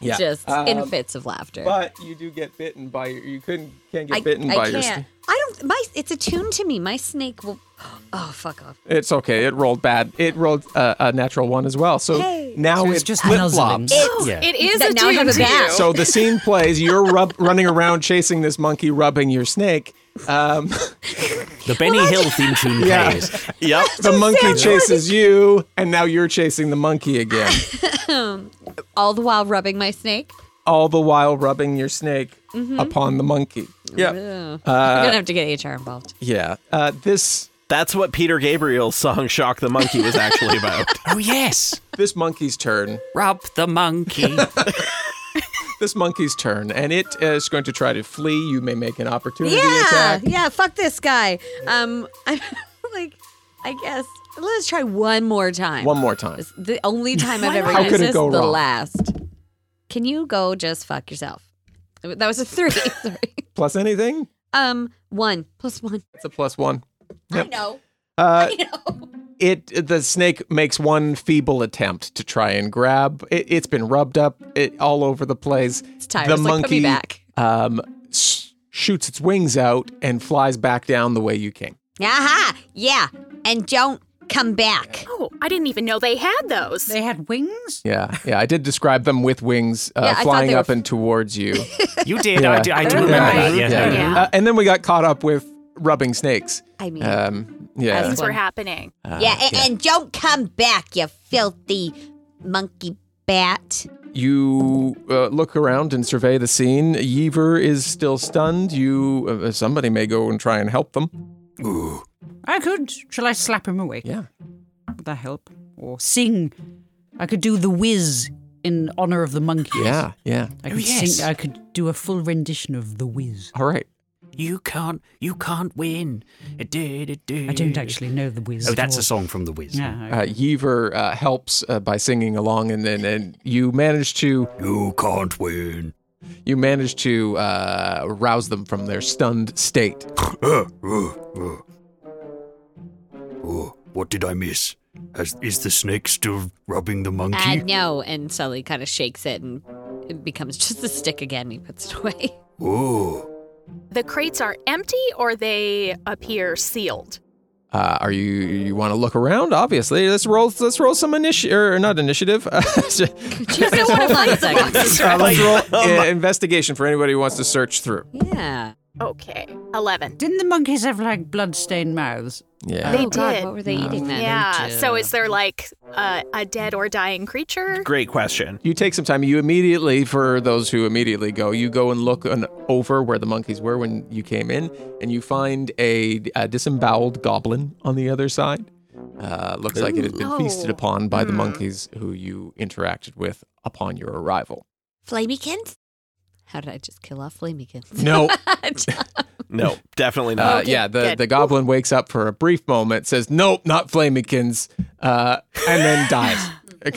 S1: Yeah.
S9: Just in
S1: Um,
S9: fits of laughter.
S1: but you do get bitten by your, you couldn't can't get
S9: I,
S1: bitten
S9: I
S1: by your
S9: can't.
S1: snake.
S9: I don't. My it's attuned to me. My snake will. Oh fuck off.
S1: It's okay. It rolled bad. It rolled uh, a natural one as well. So now
S5: So
S1: it
S5: it's just
S1: flip
S5: nuzzling.
S1: flops.
S6: Yeah.
S7: It is
S9: That
S7: a
S9: now I have
S7: tune
S9: a
S7: to you.
S9: bat.
S1: So the scene plays. You're rub- running around chasing this monkey, rubbing your snake. Um,
S6: The Benny Hill theme tune
S1: Yeah.
S6: plays.
S4: Yep.
S1: the monkey chases you, and now you're chasing the monkey again,
S9: All the while rubbing my snake. Mm-hmm.
S1: all the while rubbing your snake
S7: Hmm.
S1: upon the monkey. Yeah, Uh,
S9: Ugh. You're gonna have to get HR involved.
S1: yeah. Uh, this
S4: That's what Peter Gabriel's song Shock the Monkey was actually about.
S6: Oh yes,
S1: this monkey's turn.
S6: rub the monkey.
S1: This monkey's turn, and it is going to try to flee. You may make an opportunity
S9: Yeah,
S1: attack.
S9: yeah. Fuck this guy. Um, I'm like, I guess let's try one more time.
S1: One more time.
S9: It's the only time I've ever
S1: How
S9: used
S1: could it
S9: this.
S1: go
S9: the
S1: wrong?
S9: last. Can you go just fuck yourself? That was a three. Sorry.
S1: Plus anything?
S9: Um, one plus one.
S1: It's a plus one. Yep.
S9: I know.
S1: Uh,
S9: I know.
S1: it the snake makes one feeble attempt to try and grab it, it's been rubbed up it, all over the place
S9: It's tired.
S1: the
S9: It's like, put me
S1: monkey
S9: back.
S1: um s- shoots its wings out and flies back down the way you came
S9: Aha! Yeah, and don't come back.
S7: Oh, I didn't even know they had those.
S5: They had wings?
S1: yeah yeah i did describe them with wings uh,
S9: Yeah, I thought
S1: flying
S9: they were
S1: up and towards you
S6: You did.
S1: Yeah.
S6: I do, I do remember that. Yeah.
S7: Yeah.
S1: Uh, and then we got caught up with rubbing snakes
S9: I mean,
S1: um yeah
S7: Things were happening.
S9: yeah, and, and don't come back, you filthy monkey bat.
S1: You uh, look around and survey the scene. Yeaver is still stunned. You, uh, somebody may go and try and help them.
S5: I could. Shall I slap him awake?
S1: Yeah.
S5: Would that help? Or sing? I could do the whiz in honor of the monkeys.
S1: Yeah, yeah.
S6: Oh,
S5: I could
S6: yes.
S5: sing. I could do a full rendition of the whiz.
S1: All right.
S6: You can't. You can't win. I
S5: I don't actually know the whiz.
S6: Oh,
S5: at
S6: that's
S5: all.
S6: a song from The Wiz.
S5: Yeah.
S1: Uh, Yeaver uh, helps uh, by singing along, and then and you manage to
S8: You can't win.
S1: you manage to uh, rouse them from their stunned state.
S8: Uh, uh, uh. Oh, what did I miss? Has, is the snake still rubbing the monkey?
S9: Uh, no, and Sully kind of shakes it and it becomes just a stick again. He puts it away.
S8: Oh,
S7: The crates are empty or they appear sealed.
S1: Uh, are you you want to look around? Obviously, let's roll let's roll some initiative or not initiative. Uh,
S9: Just hold on a second.
S1: let's roll uh, investigation for anybody who wants to search through.
S9: Yeah.
S7: Okay, 11.
S5: Didn't the monkeys have like blood-stained mouths?
S1: Yeah.
S7: They
S9: oh God,
S7: did.
S9: what were they eating then?
S7: Yeah, so is there like uh, a dead or dying creature?
S4: Great question.
S1: You take some time. You immediately, for those who immediately go, you go and look on over where the monkeys were when you came in, and you find a, a disemboweled goblin on the other side. Uh, looks like it had been feasted
S7: Ooh.
S1: upon by the
S7: Hmm.
S1: monkeys who you interacted with upon your arrival.
S9: Flamykins? How did I just kill off Flamykins?
S1: No.
S4: No, definitely
S1: Uh,
S4: not.
S1: yeah, the,
S7: good.
S1: the goblin wakes up for a brief moment, says, Nope, not Flamekins, uh, and then dies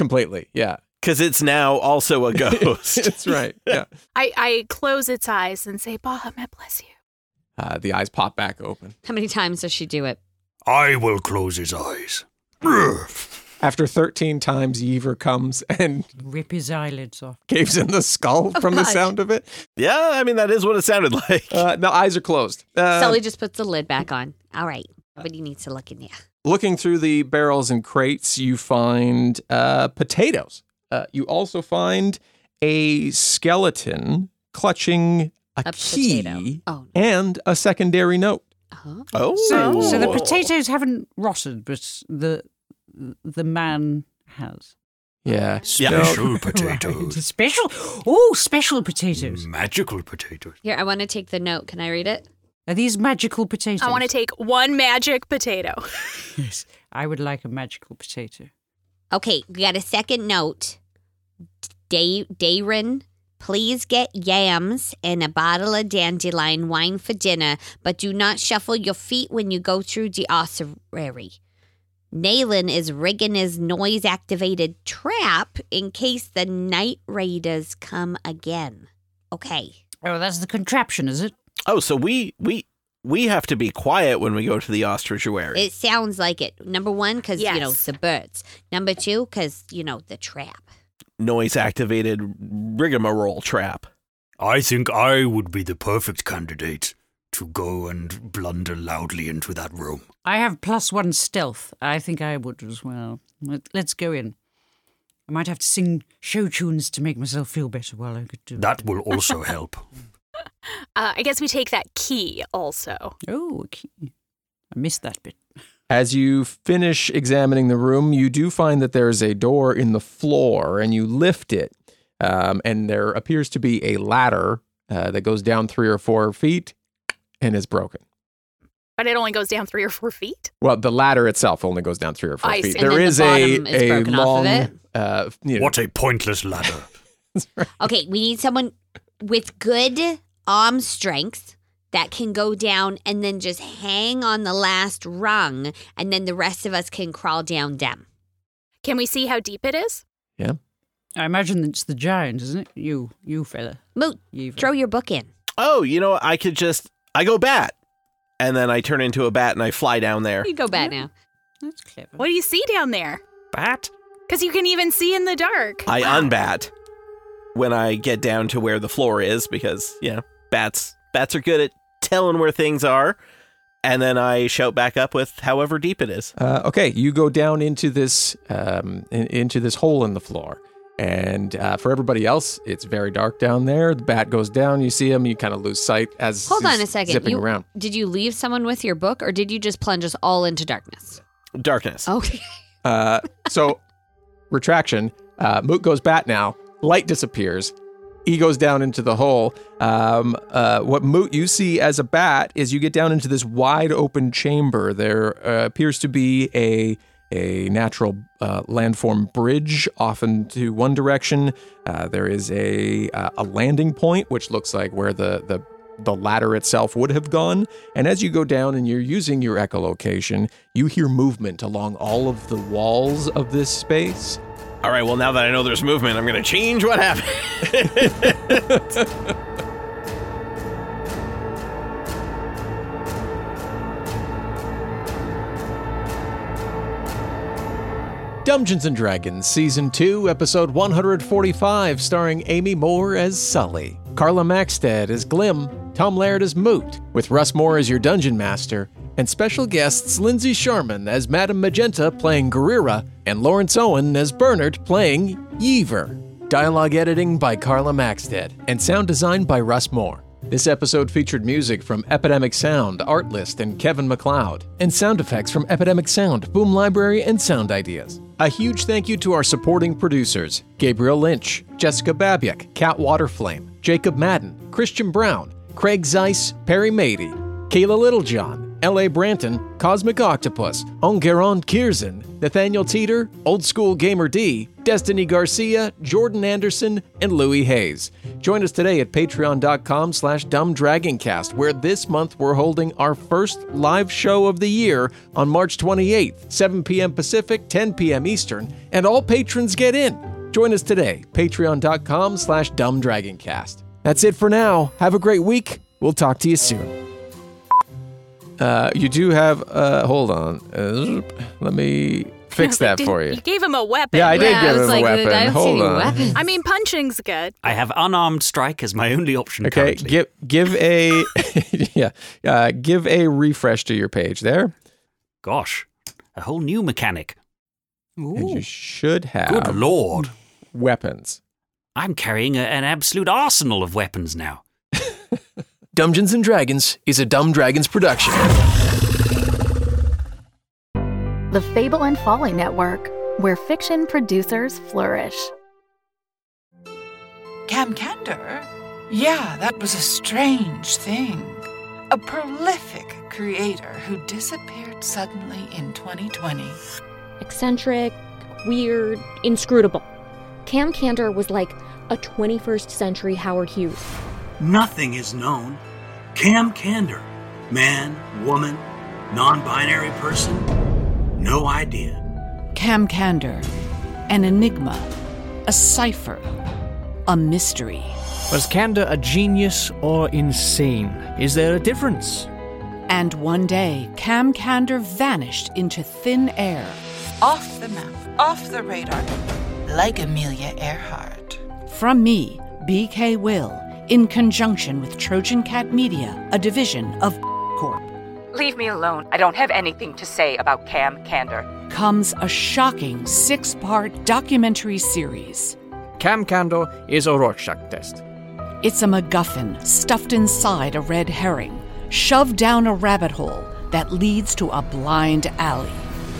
S1: completely. Yeah,
S4: Because it's now also a ghost.
S1: that's right. Yeah.
S7: I, I close its eyes and say, Bahamut bless you.
S1: Uh, the eyes pop back open.
S9: How many times does she do it?
S8: I will close his eyes.
S1: After 13 times, Yeaver comes and
S5: Rip his eyelids off.
S1: caves in the skull from the
S9: gosh.
S1: sound of it.
S4: yeah, I mean, that is what it sounded like.
S1: Uh, the eyes are closed. Uh,
S9: Sully just puts the lid back on. All right. Nobody needs to look in there.
S1: looking through the barrels and crates, you find uh, potatoes. Uh, you also find a skeleton clutching a,
S9: A
S1: key
S9: potato. Oh, no.
S1: and a secondary note.
S9: Uh-huh.
S4: oh.
S5: So, so the
S7: Ooh.
S5: potatoes haven't rotted, but the the man has.
S1: Yeah.
S4: Yeah.
S8: Special
S5: Right.
S8: potatoes.
S5: Special. Oh, special potatoes.
S8: Magical potatoes.
S9: Here, I want to take the note. Can I read it?
S5: Are these magical potatoes?
S7: I want to take one magic potato.
S5: Yes. I would like a magical potato.
S9: Okay, we got a second note. Day- Dayrin, please get yams and a bottle of dandelion wine for dinner, but do not shuffle your feet when you go through the ossuary. Nalen is rigging his noise activated trap in case the night raiders come again. Okay.
S5: Oh, that's the contraption, is it?
S4: Oh, so we we we have to be quiet when we go to the ostrichuary.
S9: It sounds like it. Number one, because, you know,
S7: Yes.
S9: the birds. Number two, because, you know, the trap.
S4: Noise activated rigmarole trap.
S8: I think I would be the perfect candidate to go and blunder loudly into that room.
S5: I have plus one stealth. I think I would as well. Let- Let's go in. I might have to sing show tunes to make myself feel better while I could do
S8: That will also help.
S7: Uh, I guess we take that key also.
S5: Oh, okay. I missed that bit.
S1: As you finish examining the room, you do find that there is a door in the floor, and you lift it, um, and there appears to be a ladder uh, that goes down three or four feet and is broken.
S7: But it only goes down three or four feet.
S1: Well, the ladder itself only goes down three or four
S7: I
S1: feet.
S7: see.
S9: And
S1: There
S9: then
S1: is
S9: the
S1: a
S9: bottom is
S1: a
S9: broken off of
S1: long,
S9: it.
S1: uh, you know,
S8: What a pointless ladder.
S9: Okay, we need someone with good arm strength that can go down and then just hang on the last rung, and then the rest of us can crawl down them.
S7: Can we see how deep it is?
S1: yeah.
S5: I imagine it's the giant, isn't it? You, you fella.
S9: Moot,
S5: Evil.
S9: throw your book in.
S4: Oh, you know, I could just I go bat, and then I turn into a bat and I fly down there.
S9: You go back now.
S5: That's clever.
S7: What do you see down there?
S6: Bat?
S7: Because you can even see in the dark.
S4: I unbat when I get down to where the floor is because you know bats bats are good at telling where things are, and then I shout back up with however deep it is.
S1: Uh, okay, you go down into this um, in, into this hole in the floor, and uh, for everybody else, it's very dark down there. The bat goes down. You see him. You kind of lose sight as
S9: Hold on
S1: he's
S9: a second.
S1: Zipping
S9: You,
S1: around.
S9: Did you leave someone with your book, or did you just plunge us all into darkness?
S4: Darkness.
S9: Okay.
S1: Uh, so retraction. Uh, Moot goes bat now. Light disappears. He goes down into the hole. Um, uh, what Moot you see as a bat is you get down into this wide open chamber. There uh, appears to be a a natural uh, landform bridge off into one direction. Uh, there is a uh, a landing point which looks like where the the the ladder itself would have gone. And as you go down and you're using your echolocation, you hear movement along all of the walls of this space.
S4: All right. Well, now that I know there's movement, I'm gonna change what happened.
S1: Dungeons and Dragons Season 2, Episode 145, starring Amy Moore as Sully, Carla Maxted as Glim, Tom Laird as Moot, with Russ Moore as your Dungeon Master, and special guests Lindsay Sharman as Madame Magenta playing Guerrera, and Lawrence Owen as Bernard playing Yeaver. Dialogue editing by Carla Maxted, and sound design by Russ Moore. This episode featured music from Epidemic Sound, Artlist, and Kevin McLeod, and sound effects from Epidemic Sound, Boom Library, and Sound Ideas. A huge thank you to our supporting producers Gabriel Lynch, Jessica Babiak, Cat Waterflame, Jacob Madden, Christian Brown, Craig Zeiss, Perry Mady, Kayla Littlejohn, L.A. Branton, Cosmic Octopus, Ongeron Kierzen, Nathaniel Teeter, Old School Gamer D, Destiny Garcia, Jordan Anderson, and Louis Hayes. Join us today at patreon.com slash dumbdragoncast, where this month we're holding our first live show of the year on March 28th, 7 p.m. Pacific, 10 p.m. Eastern, and all patrons get in. Join us today, patreon.com slash dumbdragoncast. That's it for now. Have a great week. We'll talk to you soon. Uh, you do have. Uh, hold on. Uh, let me fix that
S7: Did-
S1: for you.
S7: You gave him a weapon.
S1: Yeah, I did
S9: Yeah, I
S1: give
S9: was
S1: him
S9: like,
S1: a
S9: I
S1: weapon.
S9: haven't seen
S1: hold
S9: any
S1: on.
S9: weapons.
S7: I mean, punching's good.
S6: I have unarmed strike as my only option
S1: Okay,
S6: currently.
S1: give give a yeah, uh, give a refresh to your page there,
S6: Gosh, a whole new mechanic.
S1: and you should
S8: Good
S1: have
S8: lord.
S1: weapons.
S6: I'm carrying a, an absolute arsenal of weapons now.
S1: Dungeons and Dragons is a Dumb Dragons production.
S2: The Fable and Folly Network, where fiction producers flourish.
S10: Camcander? Yeah, that was a strange thing. A prolific creator who disappeared suddenly in 2020.
S11: eccentric, weird, inscrutable. Cam Cantor was like a 21st century Howard Hughes.
S12: Nothing is known. Cam Candor, man, woman, non binary person, No idea.
S13: Cam Candor, an enigma, a cipher, a mystery.
S14: Was Candor a genius or insane? Is there a difference?
S13: And one day, Cam Candor vanished into thin air.
S10: Off the map, off the radar, like Amelia Earhart.
S13: From me, BK Will, in conjunction with Trojan Cat Media, a division of Corp,
S15: Leave me alone. I don't have anything to say about Cam Candor.
S13: comes a shocking six part documentary series.
S14: Cam Candor is a Rorschach test.
S13: It's a MacGuffin stuffed inside a red herring, shoved down a rabbit hole that leads to a blind alley.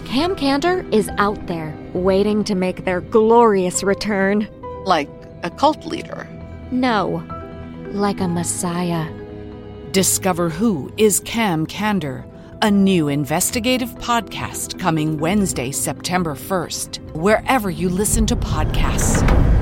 S11: Cam Cantor is out there, waiting to make their glorious return.
S13: Like a cult leader.
S11: No, like a messiah.
S13: Discover Who is Cam Candor, a new investigative podcast coming Wednesday, September 1st, wherever you listen to podcasts.